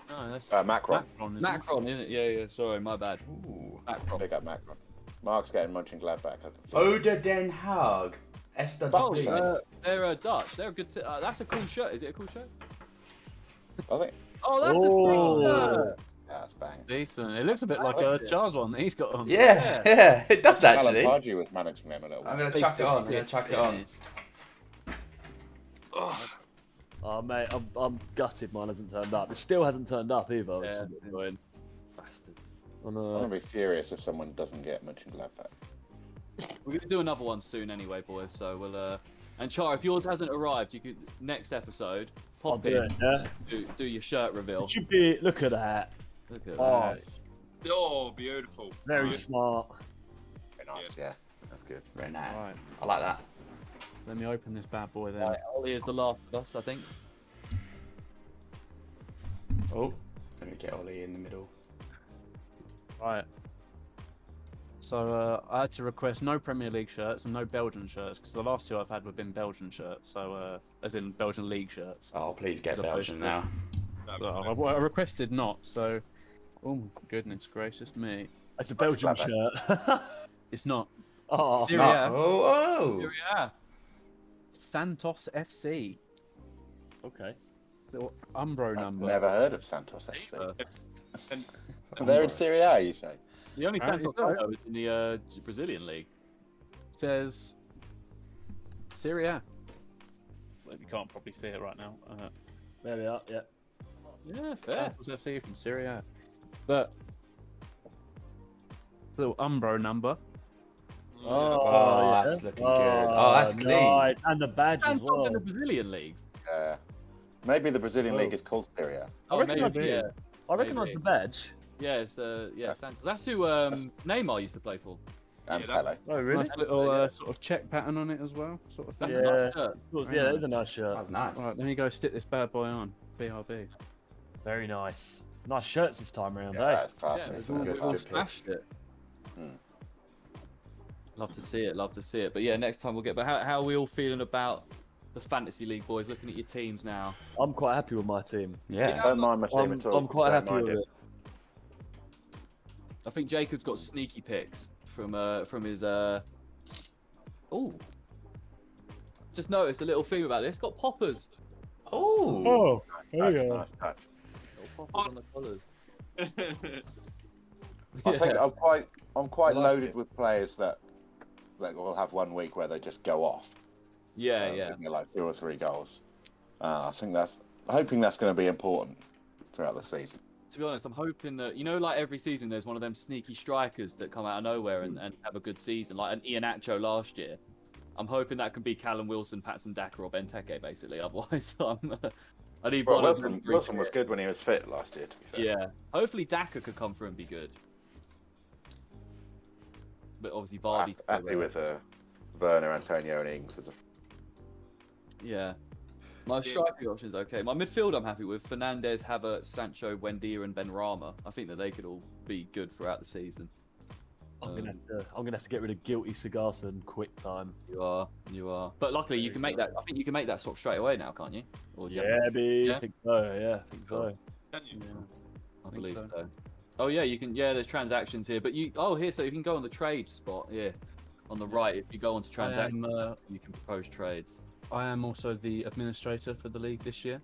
Speaker 2: No, that's
Speaker 3: Uh, Macron.
Speaker 2: Macron, isn't it?
Speaker 1: Macron, isn't it? Yeah, yeah. Sorry, my bad.
Speaker 4: Ooh.
Speaker 1: Macron.
Speaker 3: Big up Macron. Mark's getting munching Gladback. I can feel it.
Speaker 4: Oder Den Haag. Esther
Speaker 1: Oh,
Speaker 4: Duffy.
Speaker 1: uh, they're uh, Dutch. They're a good. T- uh, that's a cool shirt. Is it a cool shirt?
Speaker 3: I think
Speaker 1: Oh, that's
Speaker 5: Oh.
Speaker 1: a sick shirt.
Speaker 3: yeah, that's bang.
Speaker 2: Decent. It looks a bit like a
Speaker 1: like uh, it.
Speaker 2: Charles one that he's got on.
Speaker 4: yeah, (laughs) yeah, it does actually.
Speaker 3: Alan Pardew was managing them a little.
Speaker 4: I'm
Speaker 3: while.
Speaker 4: gonna chuck it on. I'm gonna chuck it on.
Speaker 6: Oh,
Speaker 5: Oh, mate, I'm, I'm gutted mine hasn't turned up. It still hasn't turned up either. which
Speaker 1: Yeah,
Speaker 5: is-
Speaker 1: annoying. bastards.
Speaker 5: I
Speaker 3: I'm
Speaker 5: know.
Speaker 3: gonna be furious if someone doesn't get munching Gladback.
Speaker 1: We're gonna do another one soon anyway, boys. So we'll. uh And Char, if yours hasn't arrived, you could next episode
Speaker 5: I'll
Speaker 1: pop
Speaker 5: do
Speaker 1: in,
Speaker 5: it, yeah.
Speaker 1: do, do your shirt reveal.
Speaker 5: It should be. Look at that.
Speaker 1: Look at
Speaker 5: Oh.
Speaker 1: that.
Speaker 6: oh, beautiful.
Speaker 5: Very
Speaker 6: Right.
Speaker 5: smart.
Speaker 3: Very nice, yeah. That's good.
Speaker 4: Very nice.
Speaker 2: Alright.
Speaker 4: I like that.
Speaker 2: Let me open this bad boy then.
Speaker 1: Right, Ollie is the last of us, I think.
Speaker 4: Oh, let me get Ollie in the middle.
Speaker 2: Right. So uh, I had to request no Premier League shirts and no Belgian shirts because the last two I've had have been Belgian shirts, so uh, as in Belgian league shirts.
Speaker 4: Oh, please get
Speaker 2: As opposed
Speaker 4: Belgian
Speaker 2: to-
Speaker 4: now.
Speaker 6: That-
Speaker 2: So I, I requested not. So, oh my goodness gracious me,
Speaker 5: It's a Belgian
Speaker 3: Gladbach.
Speaker 5: shirt. (laughs)
Speaker 2: it's not.
Speaker 5: oh,
Speaker 2: Serious. Here we
Speaker 4: No.
Speaker 2: are.
Speaker 4: Oh,
Speaker 1: Here
Speaker 4: oh.
Speaker 1: we are.
Speaker 2: Santos FC,
Speaker 5: okay.
Speaker 2: little Umbro
Speaker 3: I've
Speaker 2: number.
Speaker 3: never heard of Santos FC. (laughs)
Speaker 1: Uh,
Speaker 3: They're in Serie A, you say?
Speaker 1: the only
Speaker 2: Apparently
Speaker 1: Santos I
Speaker 2: so.
Speaker 1: know is in the uh, J- Brazilian league.
Speaker 2: says Syria. Well, You can't probably see it right now. Uh,
Speaker 5: There we are. Yeah.
Speaker 1: Yeah, fair.
Speaker 2: Santos FC from Syria. But little Umbro number.
Speaker 5: Oh,
Speaker 6: (laughs)
Speaker 4: Oh,
Speaker 5: yeah.
Speaker 4: that's looking good. Oh, that's clean.
Speaker 5: Nice. And the badge as
Speaker 1: Santos
Speaker 5: well.
Speaker 1: in the Brazilian leagues.
Speaker 3: Yeah. Uh, Maybe the Brazilian
Speaker 2: Oh.
Speaker 3: league is called Serie A.
Speaker 5: I recognise
Speaker 1: maybe,
Speaker 5: the-
Speaker 1: yeah.
Speaker 5: I recognise
Speaker 1: Maybe.
Speaker 5: the badge.
Speaker 1: Yeah, it's, uh, yeah, Santos. That's who um, Neymar used to play for.
Speaker 3: And
Speaker 6: Yeah, that-
Speaker 3: Pele.
Speaker 5: Oh, really?
Speaker 2: Nice little uh, sort of check pattern on it as well, sort of thing.
Speaker 1: That's a
Speaker 5: Yeah.
Speaker 1: nice shirt.
Speaker 5: Yeah, that is a nice shirt.
Speaker 4: That's nice.
Speaker 2: Right, let me go stick this bad boy on. BRB.
Speaker 5: Very nice. Nice shirts this time around,
Speaker 3: Yeah,
Speaker 5: eh?
Speaker 3: that's classy.
Speaker 1: Yeah,
Speaker 3: That's
Speaker 1: it's all
Speaker 4: good
Speaker 1: it's all
Speaker 4: pitch.
Speaker 1: smashed it.
Speaker 3: Hmm.
Speaker 1: Love to see it, love to see it. But yeah, next time we'll get. But how, how are we all feeling about the fantasy league, boys? Looking at your teams now.
Speaker 5: I'm quite happy with my team.
Speaker 4: Yeah.
Speaker 3: Don't mind my team
Speaker 5: I'm,
Speaker 3: at all.
Speaker 5: I'm quite
Speaker 3: Don't
Speaker 5: happy
Speaker 3: mind
Speaker 5: with it.
Speaker 1: I think Jacob's got sneaky picks from uh from his uh. Oh. Just noticed a little thing about this. Got poppers.
Speaker 4: Oh.
Speaker 5: Oh,
Speaker 3: Nice,
Speaker 5: yeah.
Speaker 3: nice touch.
Speaker 1: Little poppers on the colours.
Speaker 3: (laughs) I think I'm quite, I'm quite
Speaker 1: I like
Speaker 3: loaded
Speaker 1: it.
Speaker 3: with players that that will have one week where they just go off.
Speaker 1: Yeah,
Speaker 3: uh,
Speaker 1: yeah.
Speaker 3: you know, like two or three goals. Uh, I think that's hoping that's going to be important throughout the season.
Speaker 1: to be honest, I'm hoping that you know, like every season, there's one of them sneaky strikers that come out of nowhere and, and have a good season, like an Ian Acho last year. I'm hoping that can be Callum Wilson, Patson Daka, or Benteke, basically. (laughs) Otherwise, I'm, uh, I need
Speaker 3: Well,
Speaker 1: one of them.
Speaker 3: Wilson,
Speaker 1: to reach
Speaker 3: Wilson was
Speaker 1: it.
Speaker 3: good when he was fit last year. To be fair.
Speaker 1: Yeah, hopefully Daka could come through and be good. but obviously Vardy's
Speaker 3: Hap- happy
Speaker 1: still there.
Speaker 3: with uh, Werner, Antonio, and Ings as a
Speaker 1: Yeah. My striking option's okay. My midfield I'm happy with. Fernandez, Havertz, Sancho, Wendia, and Ben Rama. I think that they could all be good throughout the season.
Speaker 5: I'm
Speaker 1: Um,
Speaker 5: gonna have to. I'm gonna have to get rid of guilty cigarson quick time.
Speaker 1: You are, you are. But luckily you
Speaker 5: Very
Speaker 1: can make that I think you can make that swap straight away now, can't you? Or do you have
Speaker 5: Yeah, B. I
Speaker 1: Yeah?
Speaker 5: think so. Yeah, I think so.
Speaker 6: Can you?
Speaker 1: I
Speaker 2: think
Speaker 1: believe so.
Speaker 2: so.
Speaker 1: Oh yeah, you can. Yeah, there's transactions here, but you. Oh here, so you can go on the trade spot here, on the right. If you go on to
Speaker 2: I
Speaker 1: transactions,
Speaker 2: am, uh,
Speaker 1: you can propose trades.
Speaker 2: I am also the administrator for the league this year.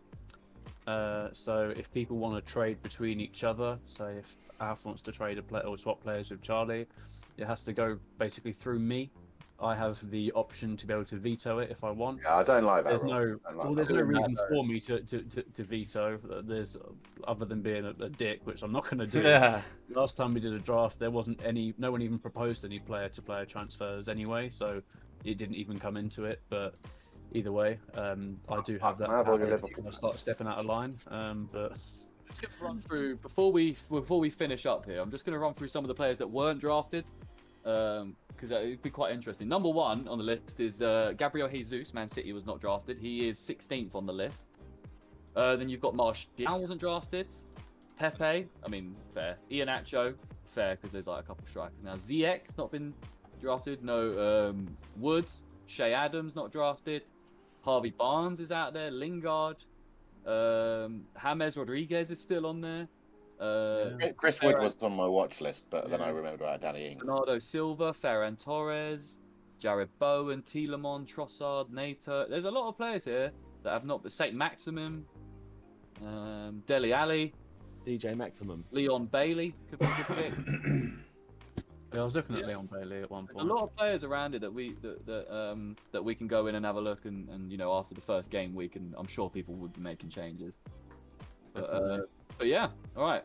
Speaker 2: Uh, so if people want to trade between each other, say if Alf wants to trade a player or swap players with Charlie, it has to go basically through me. I have the option to be able to veto it if I want.
Speaker 3: Yeah, I don't like that.
Speaker 2: There's
Speaker 3: rule.
Speaker 2: no
Speaker 3: I don't like
Speaker 2: well,
Speaker 3: that
Speaker 2: there's no
Speaker 3: rule.
Speaker 2: reason for me to, to, to, to veto. Uh, There's uh, other than being a, a dick, which I'm not going to do.
Speaker 4: Yeah. (laughs)
Speaker 2: Last time we did a draft, there wasn't any. No one even proposed any player-to-player transfers anyway, so it didn't even come into it. But either way, um, I do have that.
Speaker 3: I have all your
Speaker 2: power if
Speaker 3: Liverpool
Speaker 2: people
Speaker 3: fans.
Speaker 2: start stepping out of line. Um, but
Speaker 1: Let's give a run through before we before we finish up here. I'm just going to run through some of the players that weren't drafted, because Um, uh, it'd be quite interesting. Number one on the list is uh, Gabriel Jesus. Man City was not drafted. He is 16th on the list. Uh, then you've got Martial wasn't drafted. Pepe, I mean, fair. Ianacho, fair, because there's like a couple strikers now. ZX not been drafted. No um, Woods, Shea Adams not drafted. Harvey Barnes is out there. Lingard. Um, James Rodriguez is still on there. Uh,
Speaker 3: Chris Wood was on my watch list, but then I
Speaker 1: Yeah.
Speaker 3: remembered about Danny Ings.
Speaker 1: Bernardo Silva, Ferran Torres, Jared Bowen, Tielemon, Trossard, Nato. There's a lot of players here that have not. Saint Maximum, um, Deli Ali,
Speaker 5: DJ Maximum.
Speaker 1: Leon Bailey could be a good pick.
Speaker 2: yeah, I was looking at Leon Bailey at one
Speaker 1: There's a
Speaker 2: point.
Speaker 1: lot of players around it that we that, that um that we can go in and have a look and, and you know after the first game week and I'm sure people would be making changes. But, uh, but yeah, all right.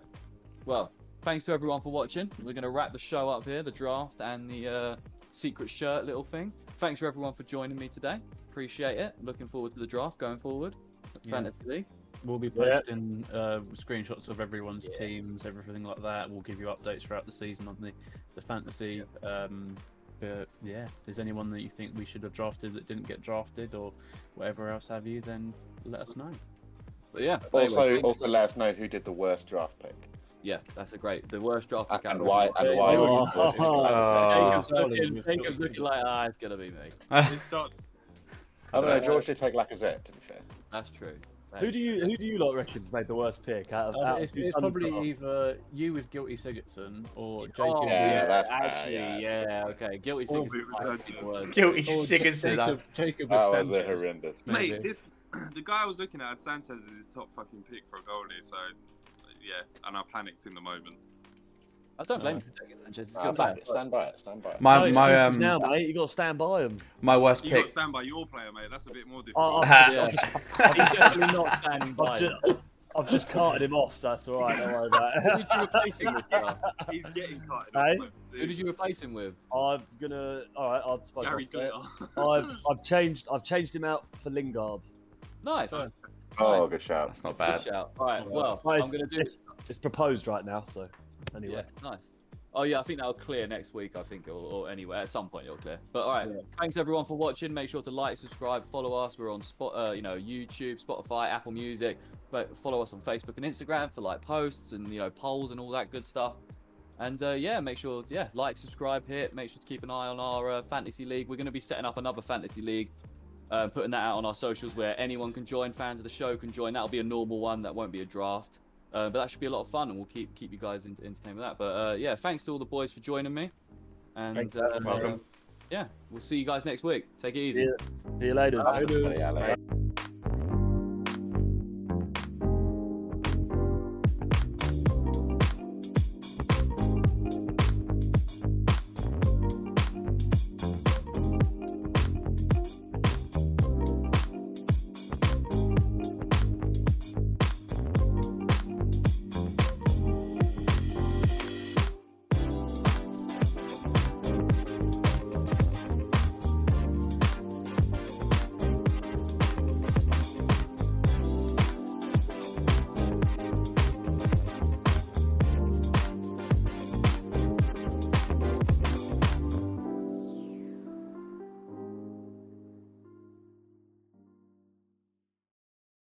Speaker 1: Well, thanks to everyone for watching. We're gonna wrap the show up here, the draft and the uh, secret shirt little thing. Thanks for everyone for joining me today. Appreciate it. Looking forward to the draft going forward.
Speaker 2: Yeah.
Speaker 1: Fantasy League.
Speaker 2: We'll be
Speaker 5: Yeah.
Speaker 2: posting uh, screenshots of everyone's teams, everything like that. We'll give you updates throughout the season on the, the fantasy. Um, but yeah, if there's anyone that you think we should have drafted that didn't get drafted or whatever else have you, then let us know.
Speaker 1: But yeah.
Speaker 3: Also,
Speaker 1: anyway,
Speaker 3: also let us know who did the worst draft pick
Speaker 1: yeah, that's a great. The worst draft
Speaker 3: and,
Speaker 1: pick out of
Speaker 3: why.
Speaker 1: all.
Speaker 3: And why.
Speaker 5: Oh.
Speaker 3: you thought it was- (laughs)
Speaker 4: Oh.
Speaker 1: Jacob's looking, Jacob's looking like, ah, it's gonna be me.
Speaker 6: It's not-
Speaker 3: I don't know. George did take Lacazette. To be fair,
Speaker 1: That's true.
Speaker 5: Who do you who do you lot reckon's made the worst pick out of?
Speaker 1: Um,
Speaker 2: Uh,
Speaker 5: out
Speaker 2: it's
Speaker 5: of who's
Speaker 2: it's
Speaker 5: done the
Speaker 2: probably
Speaker 5: job?
Speaker 2: either you with Guilty Sigurdsson or Jacob.
Speaker 1: Oh,
Speaker 3: Yeah,
Speaker 1: yeah,
Speaker 3: that's bad,
Speaker 1: actually,
Speaker 3: yeah.
Speaker 1: yeah, okay. Guilty
Speaker 6: All
Speaker 1: Sigurdsson
Speaker 6: bit
Speaker 1: might be the word.
Speaker 4: Guilty
Speaker 2: or Ja-
Speaker 4: Sigurdsson.
Speaker 2: Jacob, Jacob with
Speaker 3: that was a
Speaker 2: Sanchez.
Speaker 3: horrendous.
Speaker 2: maybe.
Speaker 6: Mate, this (clears throat) the guy I was looking at Sanchez is his top fucking pick for a goalie. So yeah, and I panicked in the moment.
Speaker 1: I don't blame
Speaker 2: No.
Speaker 1: you for taking Sanchez. He's a
Speaker 3: Nah,
Speaker 1: good
Speaker 3: stand,
Speaker 1: player.
Speaker 3: it, stand by it. Stand by it.
Speaker 5: No
Speaker 4: My my
Speaker 5: excuses now,
Speaker 4: um
Speaker 5: mate. You got to stand by him.
Speaker 4: my worst
Speaker 6: You got to
Speaker 4: pick.
Speaker 6: stand by your player, mate. That's a bit more difficult.
Speaker 5: I, I've,
Speaker 4: (laughs) Ha.
Speaker 1: Yeah. He's definitely not standing by.
Speaker 5: I've, just, I've just carted him off, so that's all right. Don't worry about
Speaker 1: Who did you
Speaker 5: it. (laughs)
Speaker 1: replace him with? Gareth?
Speaker 6: (laughs) He's getting cut.
Speaker 5: Hey?
Speaker 1: Who did you replace him with?
Speaker 5: I'm gonna. All right, I've spoken
Speaker 6: Gary
Speaker 5: off it.
Speaker 6: Gutter.
Speaker 5: I've I've changed I've changed him out for Lingard.
Speaker 1: Nice.
Speaker 6: Nice.
Speaker 3: Oh, good shout.
Speaker 4: That's not
Speaker 1: Good
Speaker 4: bad.
Speaker 1: shout. All right. Well,
Speaker 5: Well,
Speaker 1: I'm gonna do.
Speaker 5: it's, it's proposed right now, so anyway.
Speaker 1: Yeah. Nice. Oh yeah, I think that'll clear next week. I think, or, or anyway, at some point it'll clear. But all right, thanks everyone for watching. Make sure to like, subscribe, follow us. We're on spot, uh, you know, YouTube, Spotify, Apple Music. But follow us on Facebook and Instagram for like posts and you know polls and all that good stuff. And uh, yeah, make sure yeah like, subscribe, hit. Make sure to keep an eye on our uh, fantasy league. We're going to be setting up another fantasy league, uh, putting that out on our socials where anyone can join. Fans of the show can join. That'll be a normal one. That won't be a draft. Uh, but that should be a lot of fun, and we'll keep keep you guys in, entertained with that. But uh, yeah, thanks to all the boys for joining me. And
Speaker 5: Thanks,
Speaker 1: uh,
Speaker 5: Adam.
Speaker 4: Welcome.
Speaker 1: yeah, we'll see you guys next week. Take it easy.
Speaker 5: See you later.
Speaker 3: That's funny, Alan.